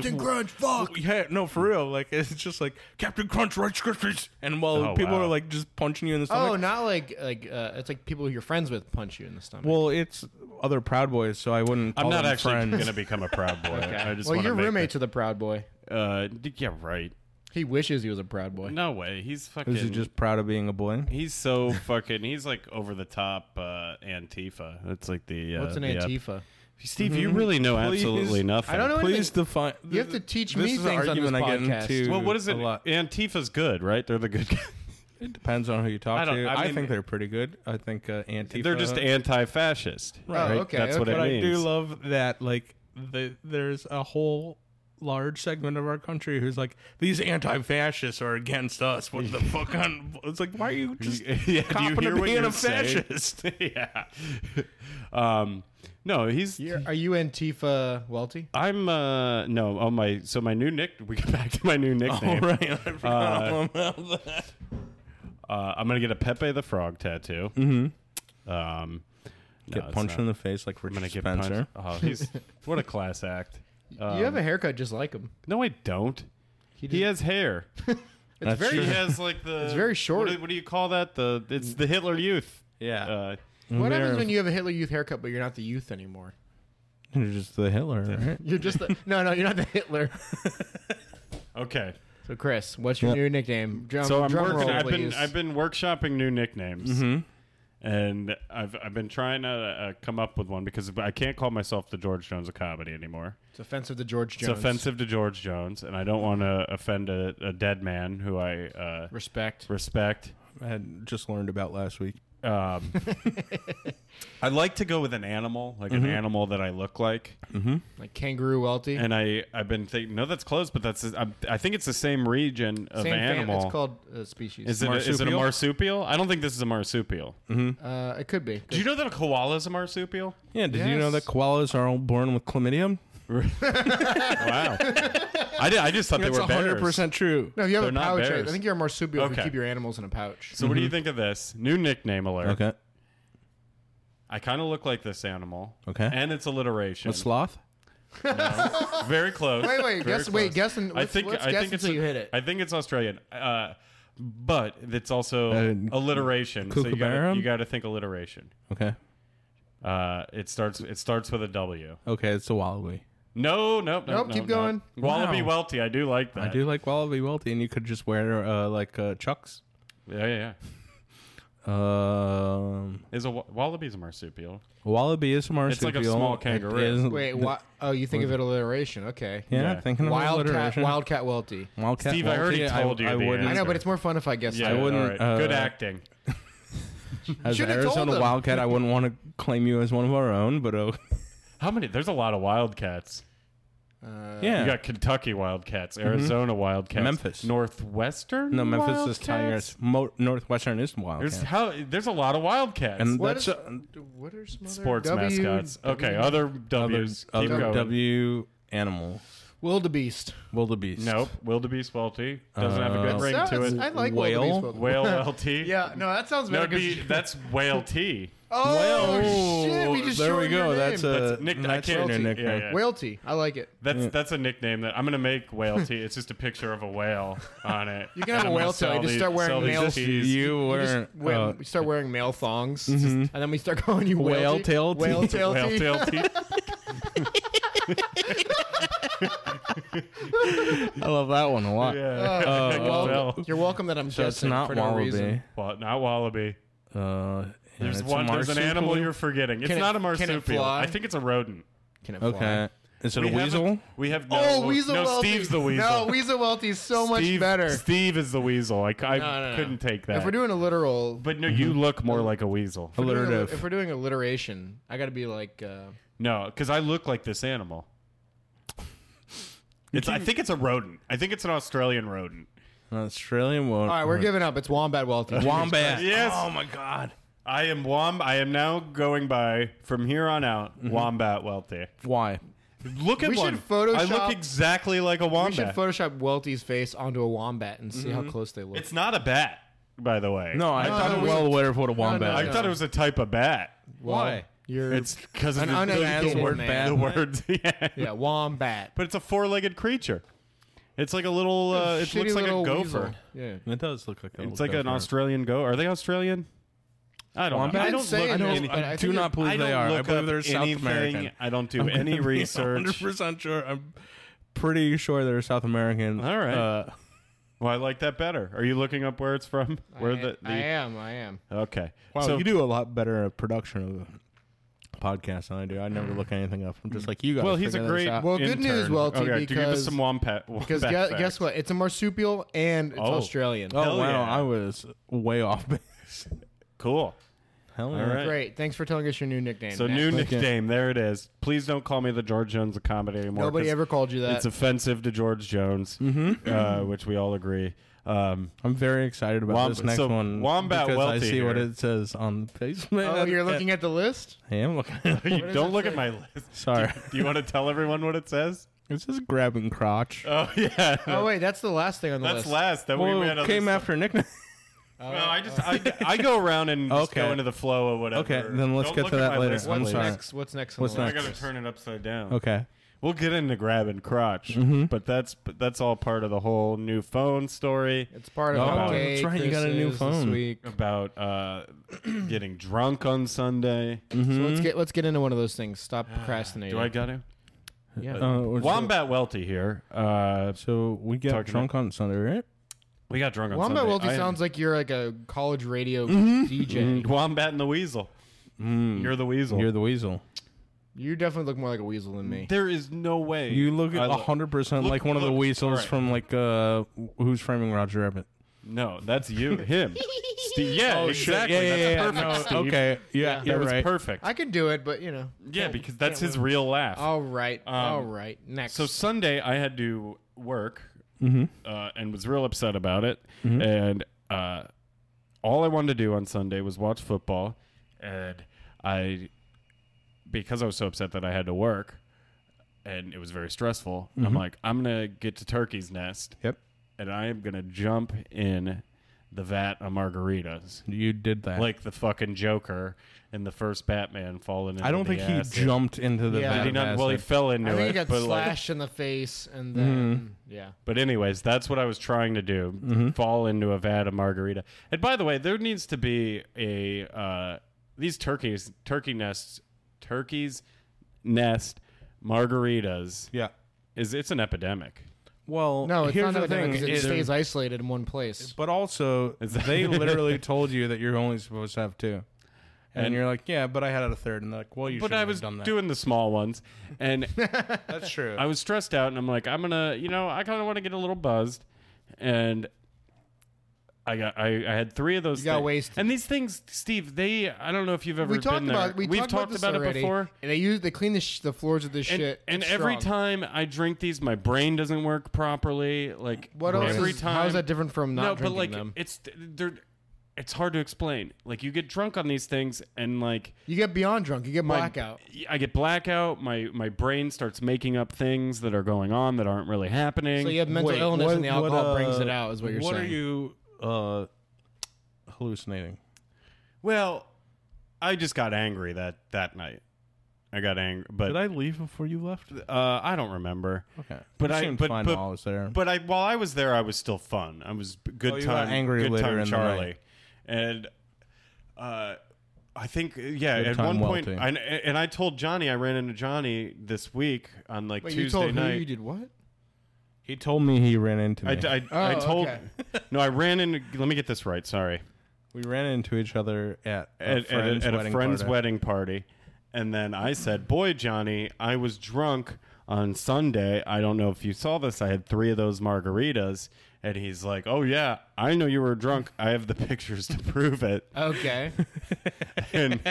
fuck. Yeah, no, for real. Like it's just like Captain Crunch, Rice Krispies, and while Oh, people wow. are like just punching you in the Oh, stomach. not like like uh, it's like people you're friends with punch you in the stomach. Well, it's other Proud Boys, so I wouldn't. Call I'm not them actually friends. gonna become a proud boy. I just well, wanna your make roommate's a proud boy. The, uh, d- yeah, right. He wishes he was a proud boy. No way. He's fucking. Is he just proud of being a boy? He's so fucking. He's like over the top uh, Antifa. That's like the. Uh, What's an the app. antifa? Steve, you really know Mm-hmm. Please. absolutely nothing. I don't know. Please define. You have to teach this me is an things on this argument I get podcast. into Well, what is a it? lot. Antifa's good, right? They're the good. guys. It depends on who you talk I don't- to. I I, mean- think they're pretty good. I think uh, Antifa. Oh, They're just anti-fascist. Right. okay, That's what okay. it But I means. do love that. Like, the, there's a whole large segment of our country who's like, these anti-fascists are against us. What the fuck? On it's like, why are you just yeah, do you copping to hear what being you're a saying? fascist? yeah. um, no, he's. You're, are you antifa welty? I'm uh no oh my so my new nick we get back to my new All nickname Oh, right, I forgot all about that. uh, I'm gonna get a Pepe the Frog tattoo mm-hmm um no, Get it's punched not. in the face like I'm gonna Richard get Spencer. punched. oh he's what a class act you have a haircut just like him. no I don't He has hair. That's very- He true. has like the. It's very short. What do, what do you call that? The it's the Hitler Youth. yeah. Uh, What They're- happens when you have a Hitler Youth haircut, but you're not the youth anymore? You're just the Hitler, right? You're just the, no, no. You're not the Hitler. okay. So Chris, what's your Yeah. new nickname? Drum, So I'm drum working. roll, I've been please. Mm-hmm. I've been workshopping new nicknames, Mm-hmm. and I've I've been trying to uh, come up with one because I can't call myself the George Jones of comedy anymore. it's offensive to George It's Jones. offensive to George Jones, and I don't want to offend a, a dead man who I uh, Respect. respect. I had just learned about last week. Um, I like to go with an animal, like an animal that I look like, Like kangaroo welty. and I I've been thinking, no, that's close, but that's I'm, I think it's the same region of Same fam- animal. It's called uh, species. is it, a, is it a Marsupial? marsupial? I don't think this is a marsupial. uh, it could be. Do you know that a koala is a marsupial? Yeah, did you know that Yes. koalas are all born with chlamydia? Wow. I, did, I just thought That's they were bears. 100% true. No, you have They're a not pouch. I bears. think you're a marsupial if you Okay. keep your animals in a pouch. So what do you think of this? New nickname alert. Okay. I kind of look like this animal. Okay. And it's alliteration. A sloth? Very close. Wait, Very wait, guess- close. wait, guess and- I let's- think let's I guess think it's until a- you hit it. I think it's Australian. Uh, but it's also Uh, alliteration. So you gotta, kookaburra? you gotta think alliteration. Okay. Uh, it starts it starts with a W. Okay, it's a wallaby. No, nope, nope. Nope, keep nope. going. Wallaby Wow. Welty, I do like that. I do like wallaby welty, and you could just wear uh, like uh, chucks. Yeah, yeah, yeah. Um, Is a wa- wallaby's a marsupial. wallaby is a marsupial. like a small It kangaroo. is- Wait, why, oh, you think of it alliteration? Okay. Yeah, Yeah. thinking of Wildcat, alliteration. wildcat welty. Wildcat Steve, I already Welty, told you I the wouldn't- I answer. know, but it's more fun if I guess. Yeah, I that. wouldn't, all right. uh, Good acting. As an Shoulda told Arizona him. Wildcat, I wouldn't want to claim you as one of our own, but oh, How many? There's a lot of Wildcats. Uh, yeah. Mm-hmm. You got Kentucky Wildcats, Arizona Wildcats, Memphis. Northwestern. no, Memphis Wildcats? is Tigers. Mo- Northwestern is Wildcat. There's how there's a lot of Wildcats. and What that's is- uh, What are some other sports W- mascots. Okay, W- other other, W's. other Keep going. W animal. Wildebeest. Wildebeest. Nope. Wildebeest Welty doesn't have a good Uh, ring to Sounds- it. I like Whale? wildebeest. Welty. Whale LT. Yeah, no, that sounds No, better. it'd 'cause- be, that's whale T. oh shit! We Whoa, just there we shortened your go. name. That's a That's a nick- I that's can't- your yeah, nickname. yeah. Whalty. I like it. That's that's a nickname that I'm gonna make whale T. It's just a picture of a whale on it. You can have And a I'm gonna whale tail. sell You just these- start wearing sell these male- Ts. You We just- were we- uh, we start wearing male thongs, and then we start calling you Whale whalety. tail tea. Whale tail Mm-hmm. Whale tea. tail T. I love that one a lot. Yeah. Uh, Heck, well, Oh, well. You're welcome that I'm So it's guessing not for no wallaby. reason. Well, not wallaby. Uh, and There's it's a one. There's an animal marsupial. you're forgetting. It's Can it- not a can it marsupial. fly? I think it's a rodent. Can it fly? Okay. Is it a have weasel? we have no. Oh, Weasel No, Welty. Steve's the weasel. No, Weasel Welty's so much Steve, better. Steve is the weasel. I, c- I No, no, no. couldn't take that. If we're doing Mm-hmm. a literal, but no, you look more like a weasel. if we're doing a- Alliterative. if we're doing alliteration, I got to be like, uh, No, because I look like this animal. It's. I think it's a rodent. I think it's an Australian rodent. An Australian one. all right, Uh-huh. we're giving up. It's Wombat Welty. wombat. Yes. Oh my god. I am wom. I am now going by from here on out wombat Welty. Why? Look at Mm-hmm. We one. should Photoshop- I look exactly like a We should wombat. Photoshop Welty's face onto a wombat and see how close they look. Mm-hmm. it's not a bat, by the way. No, I, I, thought no, it we- well aware of what a wombat. no, I is. no. thought it was a type of bat. Why? You're It's because of an the, the, uneducated the word man. bat. The words, yeah. yeah, wombat. But it's a four-legged creature. It's like a little. Uh, it Shitty looks like a little gopher. weasel. Yeah. It does look like a It's like an Australian go. Are they Australian? I don't. Wombat? Know. I You don't didn't say look. it, I, up don't, any- but I I do think not it- I believe they don't are. I look believe up they're South anything. American. I don't do any Hundred research. percent sure. I'm pretty sure they're South American. All right. Uh, Well, I like that better. Are you looking up where it's from? Where I, the, I the am. I am. okay? wow, so you do a lot better at production of podcasts than I do. I never look anything up. I'm just like you guys. well, he's a figure this great. out. Well, good intern. news, Welty, Okay, do give us because- some wombat. Because wombat guess, facts. guess what? It's a marsupial and it's Oh. Australian. Oh hell wow, yeah. I was way off base. Cool. Hell All yeah. right. Great. Thanks for telling us your new nickname. So Matt. new Okay. nickname. There it is. Please don't call me the George Jones of comedy anymore. Nobody 'cause ever called you that. It's offensive to George Jones, Mm-hmm. uh, which we all agree. Um, I'm very excited about Womb- this next so, one. Wombat because I Welty see what here. it says on Facebook. oh, you're looking at the list? I am looking. At you does don't it look at say? my list. Sorry, Do you want to tell everyone what it says? it's just grabbing crotch. Oh yeah, Oh, wait. That's the last thing on the that's list. last. That we well, had it other came stuff. after nickname. Oh, No, I just I, I go around and just Okay. go into the flow of whatever. Okay, then let's Don't get look to at that my later. list, I'm what's please. sorry. next? What's next on What's the I list? next? gotta turn it upside down. okay, Mm-hmm. We'll get into grabbing crotch, but that's but that's all part of the whole new phone story It's part of Oh, how that's gay right, you Chris got a new is this phone. week. about uh, getting drunk on Sunday. So let's get let's get into one of those things. Stop procrastinating. Do I got to? yeah. Um, Uh, we're- Wombat Welty here. Uh, So we got Talking drunk on Sunday, right? we got drunk on Wombat Sunday. Welty I- Mm. sounds like you're like a college radio Mm-hmm. DJ. Wombat and the Weasel. You're the Weasel. Mm. You're the weasel. You definitely look more like a weasel than me. there is no way You look I lo- hundred percent look- like one of the look, weasels alright. from like uh, Who's Framing Roger Rabbit. No, that's you. Him. Steve. Oh, Yeah, exactly. Oh, Yeah, yeah, yeah. that's perfect. No, Steve. okay. Yeah, that you're was right. perfect. I could do it, but you know. yeah, because that's his real laugh. Oh. All right. all right. Next. Um, So Sunday, I had to work Mm-hmm. uh, and was real upset about it. And uh, all I wanted to do on Sunday was watch football. And I, because I was so upset that I had to work and it was very stressful, I'm like, I'm going to get to Turkey's Nest Mm-hmm. Yep. and I am going to jump in the vat of margaritas. You did that. Like the fucking Joker in the first Batman falling into I don't the think he acid. jumped into the. Yeah. vat Did he of not? Well, he acid. fell into I think it. you got but like- Mm-hmm. slashed in the face, and then yeah. But anyways, that's what I was trying to do: fall into a vat of margarita. And by the way, there needs to be a uh, these turkeys, turkey nests, turkeys nest margaritas. yeah. Is it's an epidemic? Well, No, it's here's not the thing. because it is- stays isolated in one place. But also, they literally told you that you're only supposed to have two, and, you're like, "Yeah, but I had a third. and they're like, "Well, you But shouldn't I have was done that." doing the small ones, and That's true. I was stressed out, and I'm like, I'm gonna, you know, I kind of want to get a little buzzed, and I got, I, I had three of those. You got things. wasted. And these things, Steve, they, I don't know if you've ever We been talked there. about we We've talked, talked this about it already, before. and they use they clean the, sh- the floors of this and, shit. and It's every strong. time I drink these, my brain doesn't work properly. Like what else? every is, time? How is that different from not no, drinking but like them? it's they're it's hard to explain. Like you get drunk on these things, and like You get beyond drunk. You get my- blackout. I get blackout. My my brain starts making up things that are going on that aren't really happening. So you have mental Wait, illness, what- and the what, alcohol uh, brings it out. Is what you're What saying. are you uh, hallucinating? well, I just got angry that that night. I got angry, but Did I leave before you left? uh, I don't remember. Okay, But You I- seemed but- fine but- while I was there. But I while I was there, I was still fun. I was b- good Oh, you got time, angry good later time, in the Charlie, night. and uh, I think uh, yeah. Good at one time, point, Welty. I, and I told Johnny I ran into Johnny this week on like Wait, Tuesday you told night. who you did what? he told me he ran into me. I, I, I Oh, told okay. no, I ran into. Let me get this right. Sorry, we ran into each other at a at, at, friend's a, at a wedding friend's party. wedding party, and then I said, "Boy, Johnny, I was drunk on Sunday. I don't know if you saw this. I had three of those margaritas." And he's like, "Oh yeah, I know you were drunk. I have the pictures to prove it." Okay. and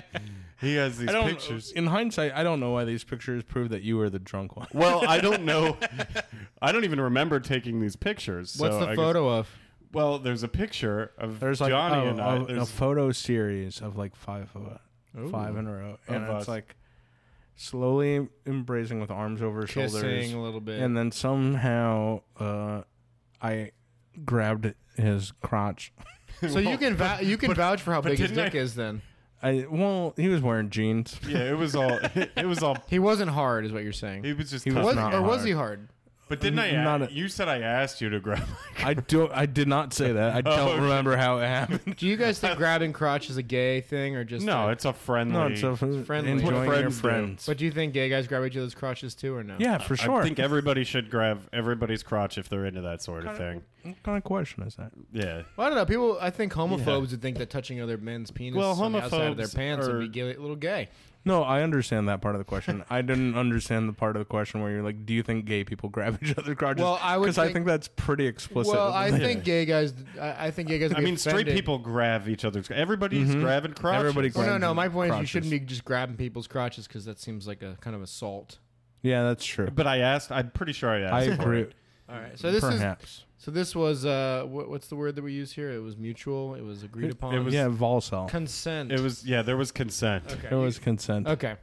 he has these I don't. pictures. In hindsight, I don't know why these pictures prove that you were the drunk one. Well, I don't know. I don't even remember taking these pictures. What's so I the guess- photo of? well, there's a picture of There's like oh, Johnny a, and I. a- a There's- photo series of like five of us, five in a row, and Of it's us. like slowly embracing with arms over shoulders, Kissing a little bit. and then somehow uh, I grabbed his crotch. so you can vou- you can vouch for how big his didn't I- dick is. Then I well, he was wearing jeans. yeah, it was all. It was all. he wasn't hard, is what you're saying. It was just. He tough. was, or not was hard. he hard? but didn't I? a- not a- you said I asked you to grab. my- I do. I did not say that. I Oh, don't okay. remember how it happened. Do you guys think grabbing crotch is a gay thing or just no, a- it's a friendly. No, it's a friendly. friendly. enjoying What your friends do. friends. But do you think gay guys grab each other's crotches too, or no? yeah, for sure. I think everybody should grab everybody's crotch if they're into that sort of thing. what kind of question is that? Yeah. Well, I don't know. People, I think homophobes would think that touching other men's penis Well, on the outside of their homophobes pants are- would be gay, a little gay. No, I understand that part of the question. I didn't understand the part of the question where you're like, "Do you think gay people grab each other's crotches?" Well, I would because I think- think that's pretty explicit. Well, I think gay guys. I, I think gay guys. Would I be mean, straight offended. people grab each other's. Everybody's grabbing crotch. Everybody Well, no, grabs no. My point is, you crotches. shouldn't be just grabbing people's crotches because that seems like a kind of assault. yeah, that's true. But I asked. I'm pretty sure I asked. I for agree. it. All right. So this is. perhaps So this was. Uh, what, what's the word that we use here? It was mutual. It was agreed upon. was- yeah, Volsel. consent. It was yeah. There was consent. It was consent. Okay.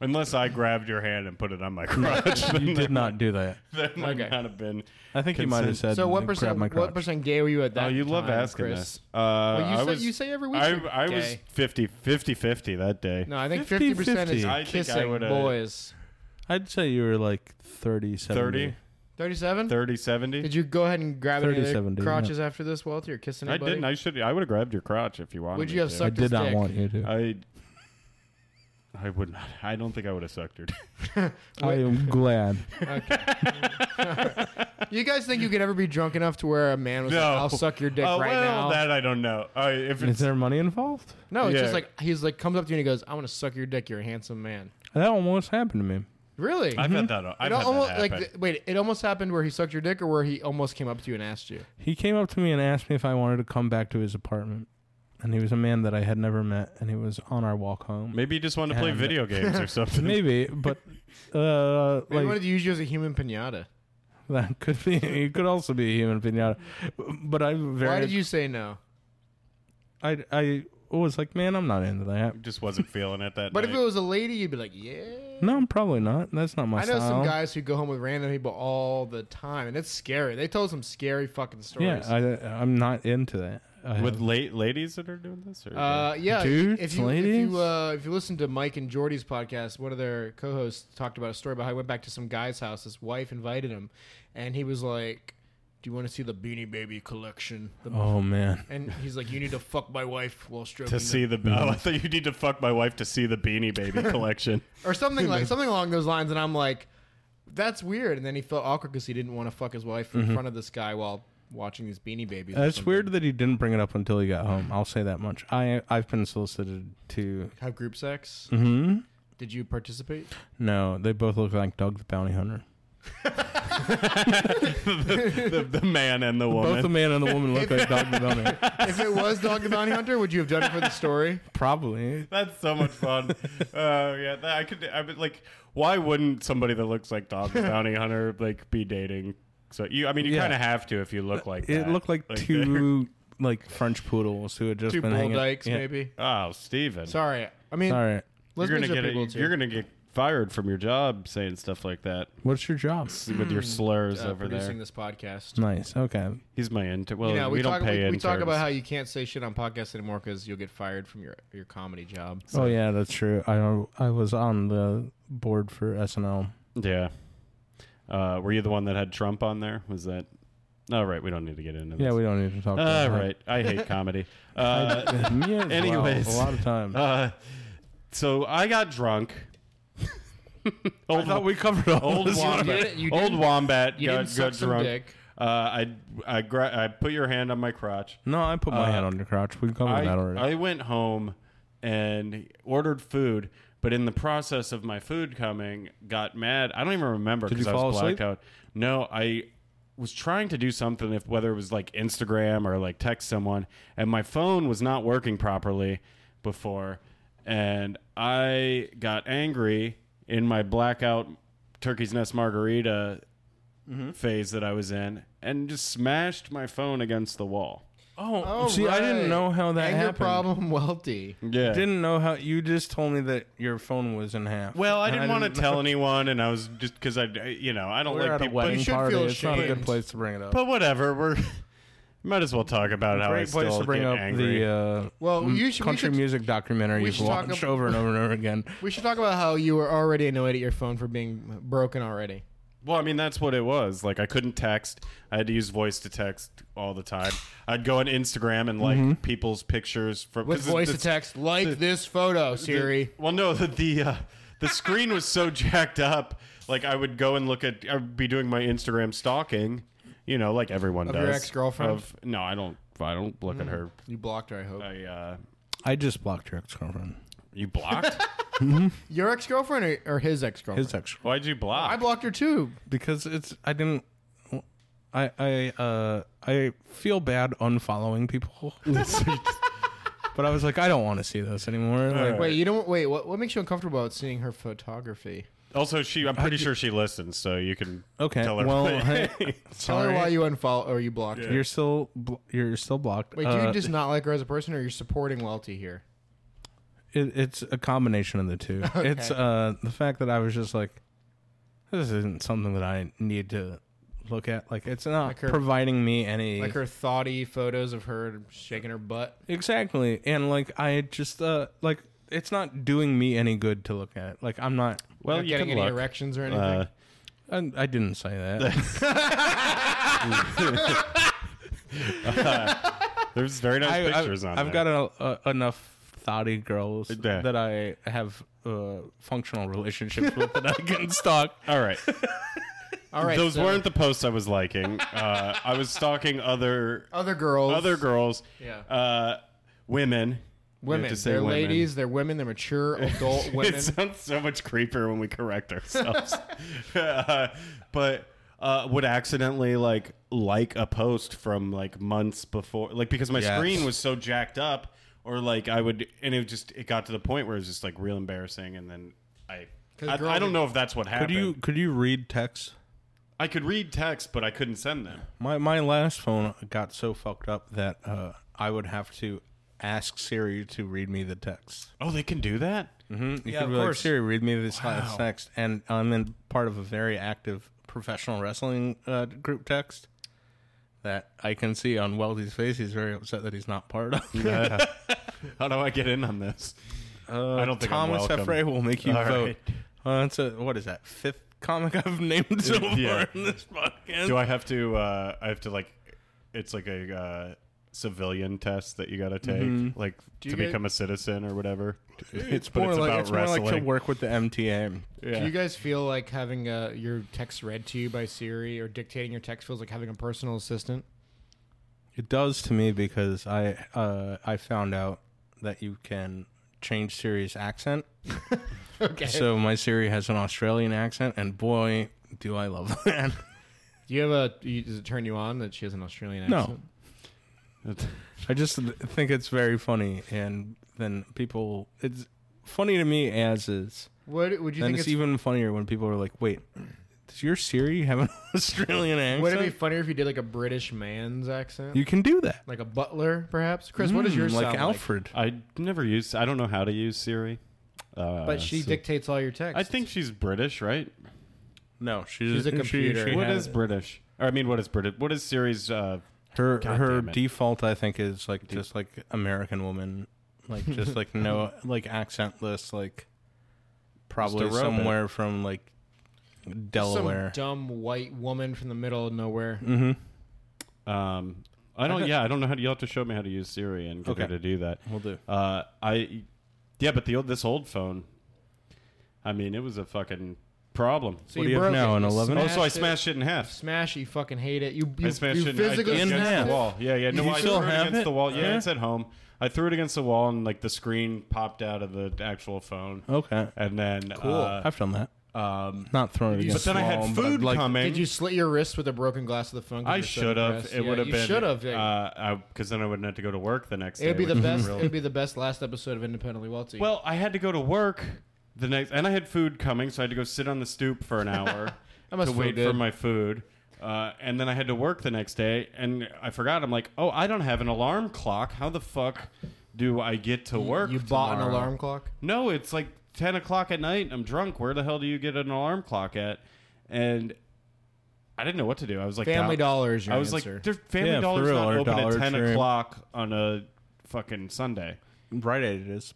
Unless I grabbed your hand and put it on my crotch, then You did not do that. that might Okay. not have been. I think you might have Consent. said. So what "Grab percent? My What crotch." percent gay were you at that? oh, you love time, asking Chris? this. Uh, Well, you, I say, was, you say every week. I, you're I was gay. 50, 50 50 that day. No, I think 50, fifty percent is 50. I think I kissing would've- boys. I'd say you were like 30, 30, 37? 30, 70. Did you go ahead and grab any other 37, dude, crotches after this, Walter, or kiss I anybody? didn't. I should. I would have grabbed your crotch if you wanted. Would me you have to. I sucked his did not dick? want you to. I. I would not. I don't think I would have sucked your. dick. I am glad. You guys think you could ever be drunk enough to where a man was No. like, "I'll suck your dick oh, right well, now"? that I don't know. Uh, if Is it's there money involved? no, it's just yeah. like he's like comes up to you and he goes, "I want to suck your dick. You're a handsome man." That almost happened to me. Really? I've had that. I've it had almost that like happen. th- wait, it almost happened where he sucked your dick, or where he almost came up to you and asked you. He came up to me and asked me if I wanted to come back to his apartment. And he was a man that I had never met, and he was on our walk home. Maybe you just wanted to play And- video games or something. Maybe, but uh, They wanted like to use you as a human pinata. that could be. It could also be a human pinata. But I very. Why did you say no? I I was like, man, I'm not into that. Just wasn't feeling it that But if night. it was a lady, you'd be like, "Yeah." No, I'm probably not. That's not my I know style. some guys who go home with random people all the time, and it's scary. They told some scary fucking stories. Yeah, I, I'm not into that. I with late ladies that are doing this, or Uh, yeah, Dudes, if you if ladies? you uh, if you listen to Mike and Jordy's podcast, one of their co-hosts talked about a story about how he went back to some guy's house. His wife invited him, and he was like, "Do you want to see the Beanie Baby collection?" The- oh man, And he's like, "You need to fuck my wife while stroking to the-" see the. Oh, I thought you need to fuck my wife to see the Beanie Baby collection. or something like something along those lines." And I'm like, "That's weird." And then he felt awkward because he didn't want to fuck his wife in front of this guy while watching these Beanie Babies. or Mm-hmm. that's something. Uh, weird that he didn't bring it up until he got home. I'll say that much. I I've been solicited to. Have group sex? Hmm. Did you participate? No, they both look like Doug the Bounty Hunter. the, the man and the Both the woman. man and the woman look like Doug the Bounty. Hunter. if it was Dog the Bounty Hunter, would you have done it for the story? Probably. That's so much fun. uh, yeah, that, I could. I would like. Why wouldn't somebody that looks like Dog the Bounty Hunter like be dating? So you, I mean, you Yeah. kind of have to if you look like It that. looked like, they're- two like French poodles who had just Two been bull hanging. dykes, yeah. maybe. Oh, Steven. Sorry, I mean, Sorry. you're lesbians gonna are get. people A, too. you're gonna get fired from your job saying stuff like that What's your job? with your slurs uh, over there. producing this podcast. Nice. Okay. He's my intern. Well, you know, we, we, talk don't pay we, we talk interns. about how you can't say shit on podcasts anymore because you'll get fired from your your comedy job. Oh yeah, that's true. I I was on the board for SNL. Yeah. Uh, were you the one that had Trump on there? Was that? All right, we don't need to get into. Yeah, this. we don't need to All talk. about right, I hate comedy. Uh, That. Me as well, Anyways. a lot of times. uh, so I got drunk. old we covered all old wombat. did- you old didn't- wombat you got, didn't suck got some drunk. dick. Uh, I I gra- I put your hand on my crotch. No, I put my Uh, hand on your crotch. We covered I, that already. I went home and ordered food, but in the process of my food coming, got mad. I don't even remember Did you because I was fall asleep? blacked out. No, I was trying to do something if whether it was like Instagram or like text someone, and my phone was not working properly before, and I got angry in my blackout turkey's nest margarita Mm-hmm. phase that I was in, and just smashed my phone against the wall. oh, Oh, see, I didn't right. know how that Anger happened. problem, wealthy. Yeah, Didn't know how. You just told me that your phone was in half. Well, I And didn't want to tell anyone, and I was just because I, you know, I don't We're like at a people. wedding you should party. feel It's not a good ashamed. place to bring it up. But whatever, we're might as well talk about how I Great place still to bring get up angry. the uh, Well, m- you should- we country should- music documentary we you've should talk watched ab- over and over and over again. We should talk about how you were already annoyed at your phone for being broken already. well, I mean, that's what it was. Like I couldn't text. I had to use voice to text all the time. I'd go on Instagram and like Mm-hmm. people's pictures from With 'cause it's- voice to it's- text, like this photo, Siri. Well, no, the the, uh, the screen was so jacked up. Like I would go and look at. I would be doing my Instagram stalking. You know, like everyone Of does. your ex-girlfriend? Of- No, I don't. I don't look at Mm. her. you blocked her, I hope. I uh, I just blocked your ex girlfriend. you blocked. Your ex girlfriend or, or his ex girlfriend? His ex Why'd you block? I blocked her too. because it's I didn't. I I uh I feel bad unfollowing people, but I was like I don't want to see this anymore. Like, Wait, you don't. Wait, what? What makes you uncomfortable about seeing her photography? also, she. I'm pretty sure she listens, so you can okay, tell her. well, hey, Tell her sorry, why you unfollow or you blocked her. you're still bl- you're still blocked. Wait, do Uh, you just not like her as a person, or you're supporting Welty here? it, it's a combination of the two. It's uh the fact that I was just like, this isn't something that I need to look at. Like it's not Like her- providing me any Like her thoughty photos of her shaking her butt. exactly, and like I just uh like it's not doing me any good to look at. Like I'm not. Well, Not you getting can any look. erections or anything. Uh, I, I didn't say that. there's very nice I, pictures have on I've there. got a, a, enough thotty girls Yeah. that I have uh, functional relationships with that I can stalk. All right. All right, Those so weren't the posts I was liking. Uh, I was stalking other other girls, other girls, Yeah. uh, women. We have women. to say they're women. ladies. They're women. They're mature adult women. It sounds so much creepier when we correct ourselves. Uh, but uh, would accidentally like like a post from like months before, like because my Yes. screen was so jacked up, or like I would, and it just it got to the point where it was just like real embarrassing, and then I. 'Cause I, girls I don't are- know if that's what Could happened. you could you read text? I could read text, but I couldn't send them. My my last phone got so fucked up that uh, I would have to ask Siri to read me the text. Oh, they can do that. You Yeah, could of be like, course. Siri, read me this last text, and I'm in part of a very active professional wrestling uh, group text that I can see on Weldy's face. He's very upset that he's not part of. How do I get in on this? Uh, I don't think I'm Thomas welcome. Effray will make you All vote. right. Uh, that's a, what is that fifth comic I've named so far Yeah. in this podcast? Do I have to? Uh, I have to like. It's like a uh, civilian test that you got to take, like you to get- become a citizen or whatever. it's but more it's like about it's more like to wrestling. work with the MTA. Yeah. Do you guys feel like having uh, your text read to you by Siri or dictating your text feels like having a personal assistant? It does to me because I uh, I found out that you can change Siri's accent. Okay. So my Siri has an Australian accent, and boy, do I love that. Do you have a? You, does it turn you on that she has an Australian No. accent? I just think it's very funny, and then people it's funny to me as is. What would you Then think? it's, even funnier when people are like, "Wait, does your Siri have an Australian accent?" would it be funnier if you did like a British man's accent, you can do that. Mm, like a butler, perhaps? Chris, what does yours like sound Alfred? I never use. I don't know how to use Siri. Uh, But she so- dictates all your text. I think she's British, right? No, she's, She's a computer. She, They What has- is British? Or I mean, what is British? What is Siri's? Uh, her God her damn it. default? I think is like just like American woman, like just like no like accentless, like probably robot. somewhere from like Delaware. Hmm. Mm-hmm. Some dumb white woman from the middle of nowhere. um, I don't. Yeah, I don't know how to. You'll have to show me how to use Siri and get her Okay. to do that. We'll do. Uh, I, yeah, but the old this old phone. I mean, it was a fucking problem. So What do you have broke now, it. an You 11? Oh, smashed so I it. smashed it in half. Smash it. You fucking hate it. You, you, I you smashed it. I physically threw it In smashed against half. the wall. Yeah, yeah. No, You I still threw it have against it? the wall. Yeah, Yeah. it's at home. I threw it against the wall, and like the screen popped out of the actual phone. Okay, And then, cool. uh, I've done that. um, Not thrown it but against then I the wall, had but I'd food like, coming. Did you slit your wrist with a broken glass of the phone? 'cause I you're so should have. depressed? It Yeah, would have you been. uh, should have. Because yeah. then I wouldn't have to go to work the next it would day. be the which is best. real- It would be the best last episode of Independently Wealthy. Well, I had to go to work the next, and I had food coming, so I had to go sit on the stoop for an hour That must to feel wait for good. my food. Uh, and then I had to work the next day, and I forgot. I'm like, oh, I don't have an alarm clock. How the fuck do I get to work? you bought an tomorrow?" alarm clock. No, it's like ten o'clock at night. I'm drunk. Where the hell do you get an alarm clock at? And I didn't know what to do. I was like, Family down- Dollar is your I was answer. like, "Their Family Yeah, for Dollar's real, not or open at Dollar ten Tree. o'clock on a fucking Sunday." Right Aid it is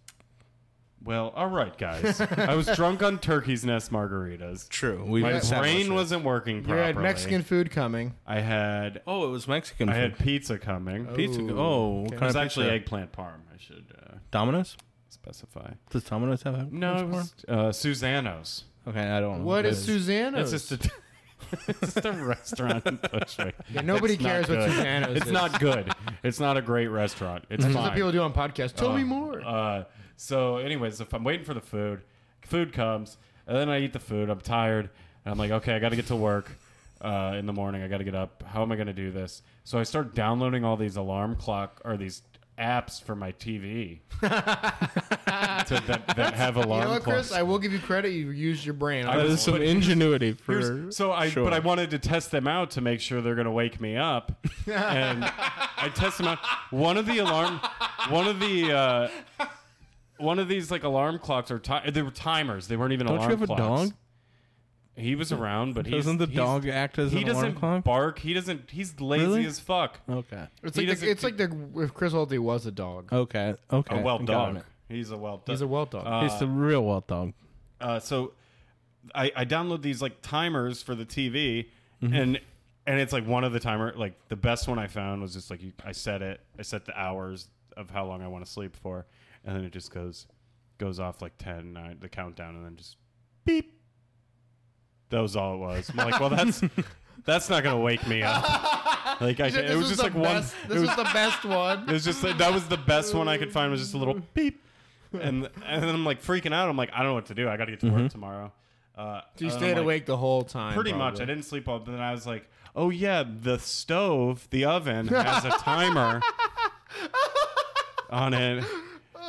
Well, all right, guys. I was drunk on Turkey's Nest margaritas. true. We My brain wasn't working you properly. had Mexican food coming. I had Oh, it was Mexican. I food. had pizza coming. Oh. It pizza. Ooh. Oh, what Okay. kind was of actually pizza? eggplant parm. I should uh, Domino's. specify. Does Domino's have eggplant No, it parm? was uh, Susano's. Okay, I don't know. What is That's- Susanna's? It's just a, it's just a restaurant in Bushwick. Yeah, nobody It's not cares what good. Susanna's It's is. not good. It's not a great restaurant. It's That's fine. what people do on podcasts. Tell me more. Uh, so, anyways, if I'm waiting for the food, food comes, and then I eat the food. I'm tired, and I'm like, okay, I got to get to work uh, in the morning. I got to get up. How am I going to do this? So I start downloading all these alarm clock or these apps for my TV to, that, that have you alarm know what, clocks. Chris? I will give you credit. You used your brain. I That was is some ingenuity Here's- for. so I sure. but I wanted to test them out to make sure they're going to wake me up, and I test them out. One of the alarm, one of the. Uh, one of these like alarm clocks or ti- they were timers. They weren't even Don't you alarm have a clocks. dog? He was around, but he's- Doesn't the he's- dog act as He an alarm doesn't clock? bark. He doesn't. He's lazy Really? as fuck. Okay. It's He like doesn't- Uh, the, it's like the if Chris Holty was a dog. Okay. Okay. A well Got dog. it. He's a well dog. He's a well dog. Uh, He's the real well dog. Uh, so I, I download these like timers for the TV, Mm-hmm. and and it's like one of the timer like the best one I found was just like you, I set it, I set the hours of how long I want to sleep for, and then it just goes goes off like 10, 9, the countdown, and then just beep. That was all it was. I'm like, well, that's that's not gonna wake me up. Like I, can't- You said it this was was just the like best, one. This it was the best one. it was just like, that was the best one I could find was just a little beep, and and then I'm like freaking out. I'm like, I don't know what to do. I got to get to work tomorrow. Uh, So you and I'm stayed like, awake the whole time. Pretty much. I probably. didn't sleep all. But then I was like, oh yeah, the stove, the oven has a timer on it.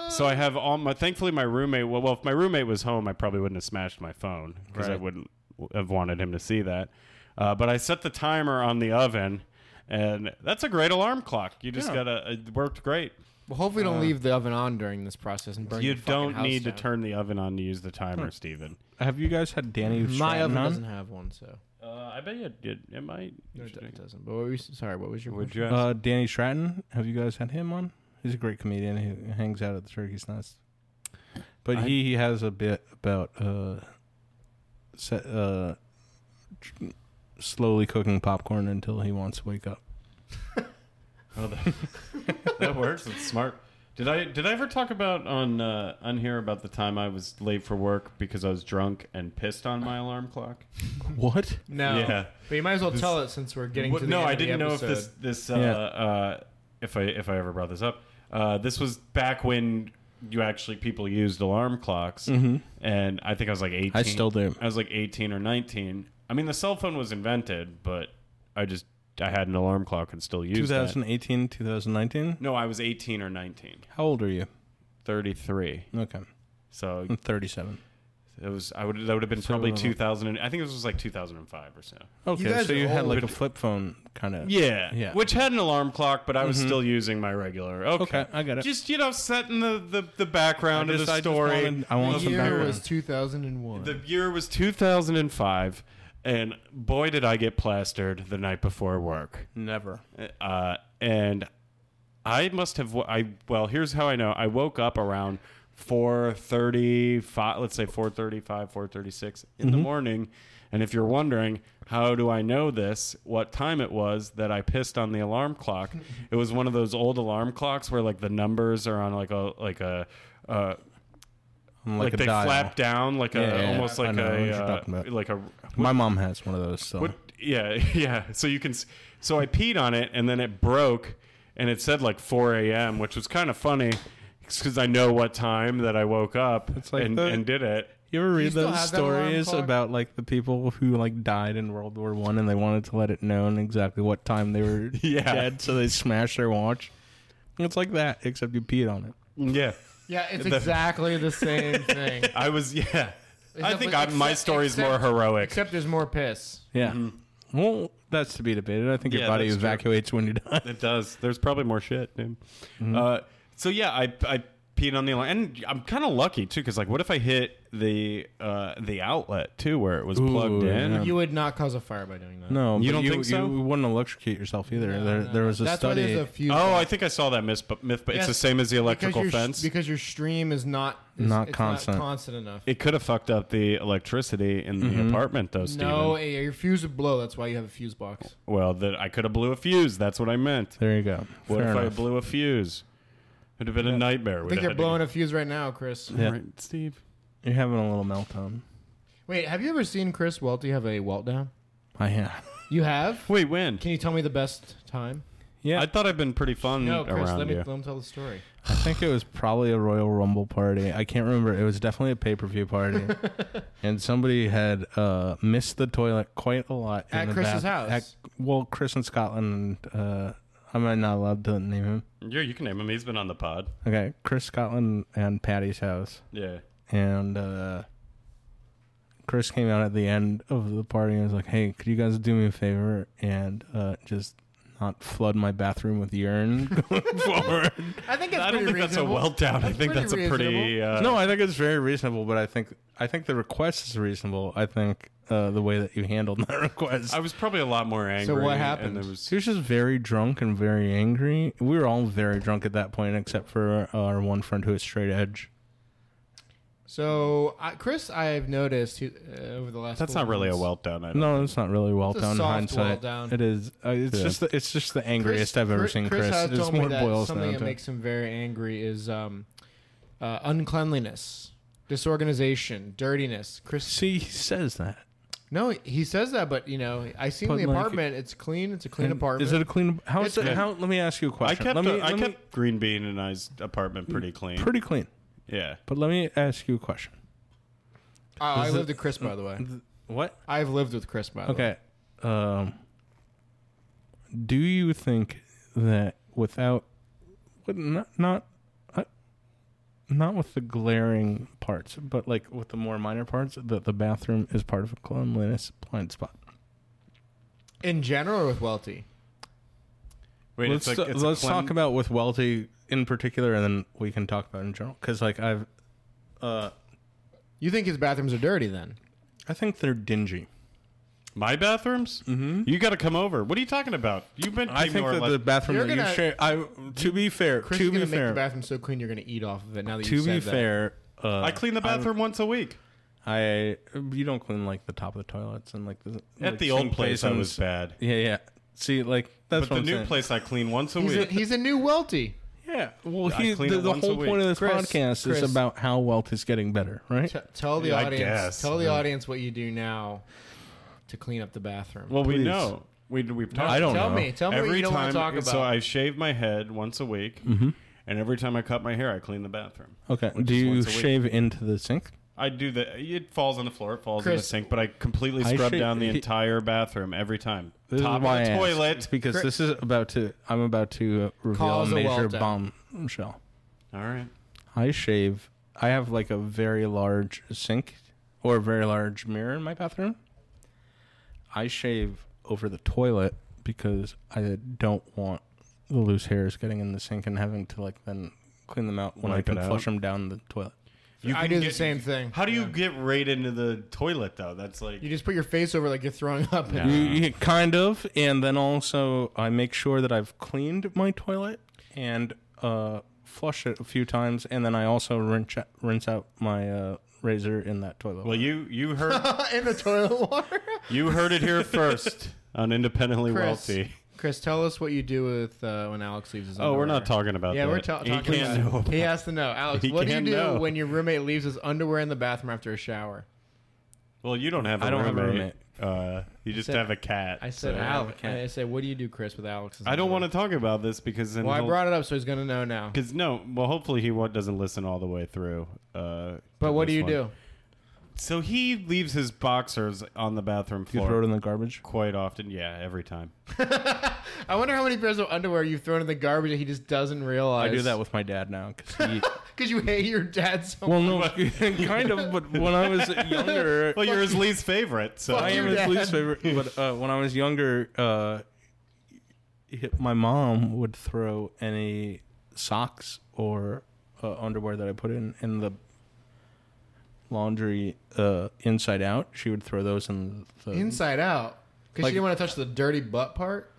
So I have all my. Thankfully, my roommate. Well, well, if my roommate was home, I probably wouldn't have smashed my phone because I Right. wouldn't have wanted him to see that. Uh, but I set the timer on the oven, and that's a great alarm clock. You just Yeah. gotta. It worked great. Well, hopefully, don't leave the oven on during this process and burn. Uh, You your fucking don't house need down. to turn the oven on to use the timer, Steven. Have you guys had Danny My Stratton oven on? doesn't have one, so Uh, I bet you it, it might. no, it do- it doesn't. But what were you, sorry, what was your? Would question? you? Uh, Danny Stratton. Have you guys had him on? He's a great comedian who hangs out at the Turkey's Nest. But I- he, he has a bit about uh, set, uh, tr- slowly cooking popcorn until he wants to wake up. oh, that, that works. It's smart. Did I did I ever talk about on uh, on here about the time I was late for work because I was drunk and pissed on my alarm clock? What? No, Yeah. but you might as well This- tell it since we're getting What- to the no, end I of the didn't know if this episode. this uh, Yeah. uh, if I if I ever brought this up. Uh, this was back when you actually people used alarm clocks, and I think I was like eighteen. Mm-hmm. I still do. I was like 18 or 19. I mean, the cell phone was invented, but I just I had an alarm clock and still used it. 2018, 2019. No, I was 18 or 19, How old are you? 33. Okay, So I'm 37. it was I would that would have been So, probably uh, 2000. And, I think this was like 2005 or so. Okay, guys so are you had like old. a flip phone kind of. Yeah, Yeah. Mm-hmm. Which had an alarm clock, but I was still using my regular. Okay. Okay, I got it. Just you know, setting the the, the background I of just- the I just story. wanted- I want the some year background. was 2001. The year was 2005, and boy did I get plastered the night before work. Never. uh, and I must have. wo- I well, here's how I know. I woke up around four thirty-five. Let's say four thirty-five, four thirty-six in Mm-hmm. the morning. And if you're wondering how do I know this, what time it was that I pissed on the alarm clock, it was one of those old alarm clocks where like the numbers are on like a like a. Uh, I'm like, like, a they dial. flap down like a Yeah, yeah, almost I like know what a you're talking uh, about. like a My mom has one of those. So. what? Yeah, yeah. So you can. s- So I peed on it, and then it broke, and it said like 4 a.m., which was kind of funny, because I know what time that I woke up It's like and, the- and did it. You ever read still those have that alarm stories clock? about like the people who like died in World War One and they wanted to let it known exactly what time they were Yeah. dead, so they smashed their watch? It's like that, except you peed on it. Yeah, yeah, it's the- exactly the same thing. I was. Yeah, I Except- think I, my except- story's more except- heroic. Except there's more piss. Yeah. Well, that's to be debated. I think your Mm-hmm. Yeah, body that's true. evacuates when you die. It does. There's probably more shit, dude. Uh, so yeah, I I peed on the line, and I'm kind of lucky too, because like, what if I hit the uh, the outlet too, where it was Ooh, plugged in? yeah. You would not cause a fire by doing that. Um, No, You but don't think so? You wouldn't electrocute yourself either. there, there was a That's why study. there's a few. Oh, I think I saw that myth, but myth, but it's Yes, the same as the because electrical your, fence. because your stream is not is, Not it's constant. not constant enough. It could have fucked up the electricity in Mm-hmm. the apartment, though, Steven. No, eh, your fuse would blow. That's why you have a fuse box. Well, that I could have blew a fuse. That's what I meant. there you go. What Fair if I enough. blew a fuse? It'd have been a nightmare. I think you're blowing a fuse right now, Chris. Yeah. right, Steve. You're having a little meltdown. Wait, have you ever seen Chris Welty have a welt down? I am. You have? Wait, when? Can you tell me the best time? Yeah, I thought I'd been pretty fun No, Chris, Mm, around let me, you. let me tell the story. I think it was probably a Royal Rumble party. I can't remember. It was definitely a pay per view party, and somebody had uh, missed the toilet quite a lot in At the Chris's bath- house. well, Chris in Scotland. Uh, am I not allowed to name him? Yeah, you can name him. He's been on the pod. Okay, Chris Scotland and Patty's house, Yeah. and uh, Chris came out at the end of the party and was like, "Hey, could you guys do me a favor and uh, just not flood my bathroom with urine going forward?" I think it's I don't pretty think that's a reasonable. well down. I That's think pretty that's a pretty. reasonable. Uh, no, I think it's very reasonable, but I think I think the request is reasonable. I think uh, the way that you handled that request. I was probably a lot more angry. what and happened? there was- she was just very drunk and very angry. We were all very drunk at that point, except for our one friend who was straight edge. So, I, Chris, I've noticed he, uh, over the last. That's couple not really a months- well done. I don't No, it's not really well It's a done. in soft hindsight, well done. it is. Uh, it's Yeah. just the, it's just the angriest I've ever Chris- seen. Chris, has it's told me more that boils something down that to. makes him very angry is um, uh, uncleanliness, disorganization, dirtiness. Chris, See, he says that. no, he says that, but you know, I seen But, the like- apartment. it's clean. It's a clean And apartment. Is it a clean? How is It's it? good. How? Let me ask you a I question. kept let me, a, I let me- kept Green Bean and I's apartment pretty clean. pretty clean. yeah. But let me ask you a question. oh, I is lived it- with Chris, by the way. What? I've lived with Chris, by the way. Okay. Um, do you think that without, with not not, uh, not with the glaring parts, but like with the more minor parts, that the bathroom is part of a cleanliness blind spot? In general, with Welty. Wait, let's it's a, it's a let's clean- talk about with Welty in particular, and then we can talk about in general. Because like I've, uh, You think his bathrooms are dirty then? I think they're dingy. my bathrooms. Mm-hmm. You got to come over. What are you talking about? You've been. I think more or that less- the bathroom You're that you gonna- share. I to be fair, Chris to is be gonna make the fair, bathroom so clean you're gonna eat off of it. Now that you to be said that. fair, uh, I clean the bathroom once a week. I you don't clean like the top of the toilets and like the At like, the old sink place, I basins. was bad. Yeah, yeah. See, like that's But the what I'm new saying. place, I clean once a He's a, week. he's a new Welty. Yeah, well, I he, clean the, it the once a whole point week. of this Chris, podcast Chris. is about how wealth is getting better, right? T- tell the Yeah, I audience. guess. Tell the Yeah. audience what you do now to clean up the bathroom. Well, we Please. know. We we've talked. I don't tell know. me. Tell me every what you don't time. want to talk about. So I shave my head once a week, Mm-hmm. and every time I cut my hair, I clean the bathroom. Okay. Which Do is you once a week. shave into the sink? I do the. It falls on the floor. It falls in the Chris- sink. But I completely I scrub shave- down the he- entire bathroom every time. This Top is why of the I asked, toilet. because Chris- this is about to. I'm about to uh, reveal Cause a a major meltdown. bombshell. All right. I shave. I have like a very large sink or a very large mirror in my bathroom. I shave over the toilet because I don't want the loose hairs getting in the sink and having to like then clean them out when Wipe I can it out. flush them down the toilet. You I can do the get- same thing. How do you Yeah. get right into the toilet though? That's like You just put your face over like you're throwing up. No. You, And, you kind of, and then also I make sure that I've cleaned my toilet and uh, flush it a few times, and then I also rinse out, rinse out my uh, razor in that toilet. well, you you heard in the toilet water. you heard it here first on independently Chris. wealthy. Chris, tell us what you do with uh, when Alex leaves his. Oh, we're underwear. not talking about Yeah, that. we're ta- He talking can't about. know. He has to know, Alex. He what do you can do know. when your roommate leaves his underwear in the bathroom after a shower? Well, you don't have. I I don't have a Uh, you just said- have a cat. I said, so- Alex. okay. I said, what do you do, Chris, with Alex's? I don't want underwear? to talk about this because then Well, I he'll- brought it up, so he's gonna know now. Because no, well, hopefully he wa- doesn't listen all the way through. Uh, to But what do this you one. do? So he leaves his boxers on the bathroom you throw floor it in the garbage. quite often. Yeah, every time. I wonder how many pairs of underwear you've thrown in the garbage that he just doesn't I realize. do that with my dad now because he. because you hate your dad so much. well, no, kind of. But when I was younger, Well, you're his least favorite, so I am your his dad. least favorite. But uh, when I was younger, uh, he- my mom would throw any socks or uh, underwear that I put in in the laundry uh, inside out. She would throw those in the Inside out, because Like- you didn't want to touch the dirty butt part.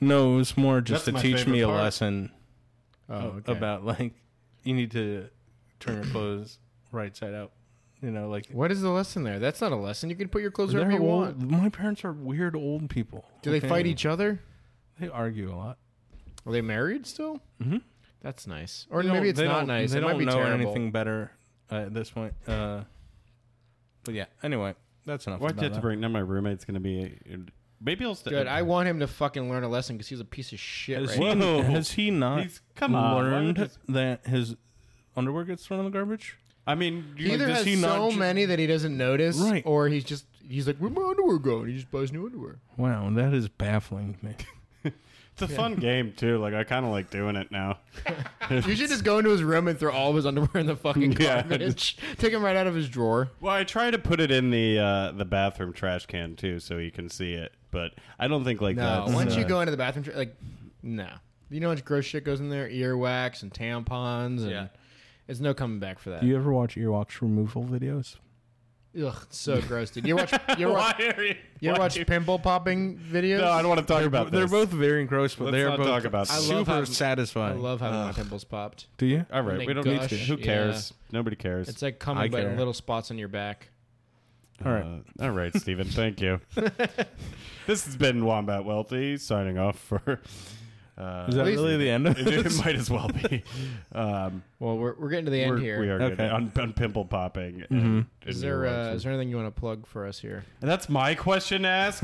No, it was more That's just my to teach me favorite a part. lesson Oh, a- about like you need to turn your clothes right side out. You know, like what is the lesson there? That's not a lesson. You can put your clothes They're wherever you old- want. My parents are weird old people. Do they okay? fight each other? They argue a lot. Are they married still? Mhm. That's nice. Or They maybe don't- it's they not don't- nice. They it don't might be know terrible. anything better uh, at this point. Uh, but yeah. Anyway, that's enough. why'd about you have to that. bring? Now my roommate's gonna be. uh, Maybe he'll stay. Dude, I want him to fucking learn a lesson because he's a piece of shit. Has, Right? he, now. Whoa. has he not He's- come on, why learned would this- that his underwear gets thrown in the garbage? I mean, He you, either does has he not so ju- many that he doesn't notice, Right. or he's just he's like, "Where'd my underwear go?" And he just buys new underwear. Wow, that is baffling to me. It's a fun game too. Like I kind of like doing it now. You should just go into his room and throw all of his underwear in the fucking Yeah. garbage. Take him right out of his drawer. Well, I try to put it in the uh, the bathroom trash can too, so you can see it. But I don't think like uh, No, that. once you go into the bathroom, tr- like, no. You know how much gross shit goes in there? Earwax and tampons, and Yeah. it's no coming back for that. Do you ever watch earwax removal videos? Ugh, it's so gross, dude. You watch you ever watch are you? you ever watch pimple popping videos? No, I don't want to talk about They're this. both very gross, but Let's they're not both talk about this. I love super how- I satisfying. love having my pimples popped. Do you? All right, They we don't need to. gush, Who yeah. cares? Nobody cares. It's like coming I but in care. little spots on your back. All right. Uh, all right, Steven. Thank you. this has been Wombat Wealthy signing off for. Uh, Is that Please- really the end of it, it? might as well be. Um, Well, we're, we're getting to the we're, end here. Mm-hmm. we are Okay. good on, on pimple popping. and- Mhm. and Is there uh, nuancing. is there anything you want to plug for us here? And that's my question to ask,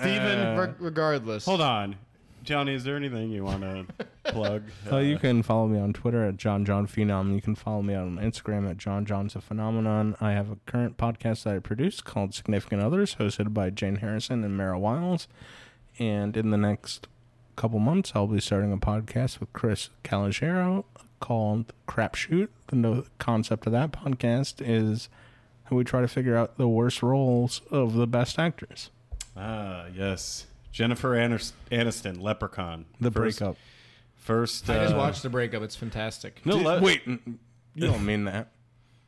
Steven. Reg- regardless, Hold on, Johnny. Is there anything you want to plug? Uh, you can follow me on Twitter at John John Phenom. You can follow me on Instagram at John John's a Phenomenon. I have a current podcast that I produce called Significant Others, hosted by Jane Harrison and Mara Wiles. And in the next couple months, I'll be starting a podcast with Chris Calagero called Crapshoot. The no- concept of that podcast is how we try to figure out the worst roles of the best actors. Ah, yes. Jennifer Aners- Aniston, Leprechaun. The first, breakup. First, I just uh, watched the breakup. It's fantastic. No, Did- le- wait, n- you don't mean that.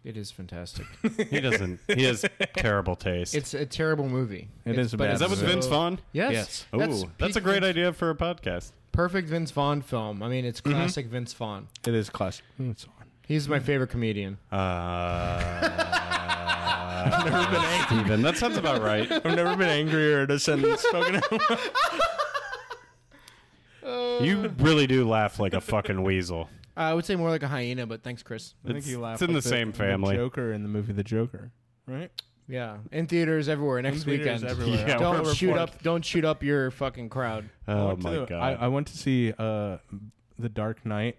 It is fantastic. he doesn't. He has terrible taste. it's a terrible movie. It It's- is a but bad is that with so- Vince Vaughn? Yes. Yes. Ooh, that's, a peak great Vince- idea Mm-hmm. for a podcast. Perfect Vince Vaughn film. I mean, it's classic Vince Vaughn. It is classic. It's on. He's Mm-hmm. my favorite comedian. Uh, Steven, that sounds about right. I've never been angrier at a sentence spoken out. You really do laugh like a fucking weasel. Uh, I would say more like a hyena, but thanks, Chris. I think It's- you laugh it's in like the same family. Oh Joker in the movie The Joker, right? Yeah, in theaters everywhere next theaters weekend. everywhere. Yeah, don't we're shoot fourth. up! Don't shoot up your fucking crowd. I Oh went to my the- god! I, I went to see uh, The Dark Knight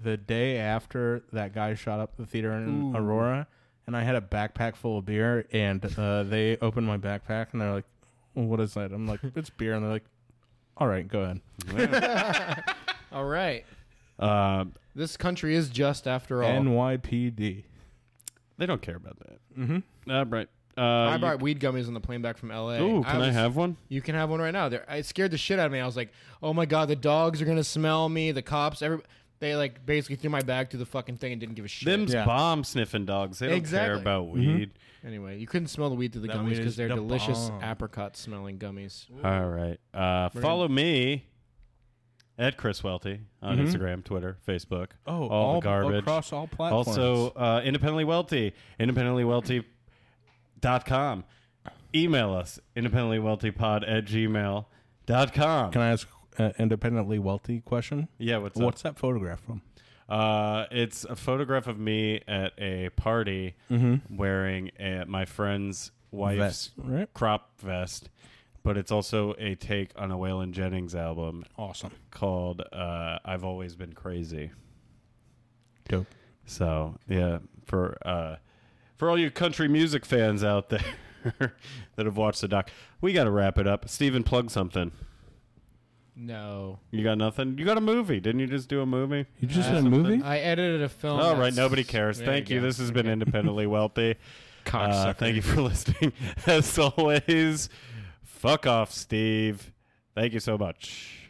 the day after that guy shot up the theater in Aurora, and I had a backpack full of beer, and uh, they opened my backpack and they're like, well, "What is that?" I'm like, "It's beer," and they're like, "All right, go ahead." All right, Uh, this country is just after all. NYPD. they don't care about that. Mm-hmm. Uh, right. Uh, I you- brought weed gummies on the plane back from L.A. Ooh, can I, was- have one? You can have one right now. They're, it scared the shit out of me. I was like, oh my god, the dogs are gonna smell me. The cops, every they like basically threw my bag through the fucking thing and didn't give a shit. Them's Yeah. Mm-hmm. bomb sniffing dogs. They don't Exactly. care about weed. Anyway, you couldn't smell the weed through the That gummies weed because is they're the delicious bomb. apricot smelling gummies. All right. Uh, follow me at Chris Welty on Mhm. Instagram, Twitter, Facebook. Oh, all, the garbage. across all platforms. also, uh, independently wealthy, independentlywealthy.com. Email us independentlywealthypod at gmail.com. Can I ask an independently wealthy question? yeah, what's, up? What's that photograph from? Uh, it's a photograph of me at a party wearing a, my friend's wife's right? crop vest, but it's also a take on a Waylon Jennings album Awesome. called uh, "I've Always Been Crazy." Dope. So yeah, for uh, for all you country music fans out there that have watched the doc, we got to wrap it up. Steven, plug something. No. You got nothing. You got a movie, didn't you? Just do a movie. You just Uh, did a movie? I edited a film. All right, that's- nobody cares. There Thank Oh, you. go. This has been independently wealthy. Uh, Cocksucker. thank you for listening. As always, fuck off, Steve. Thank you so much.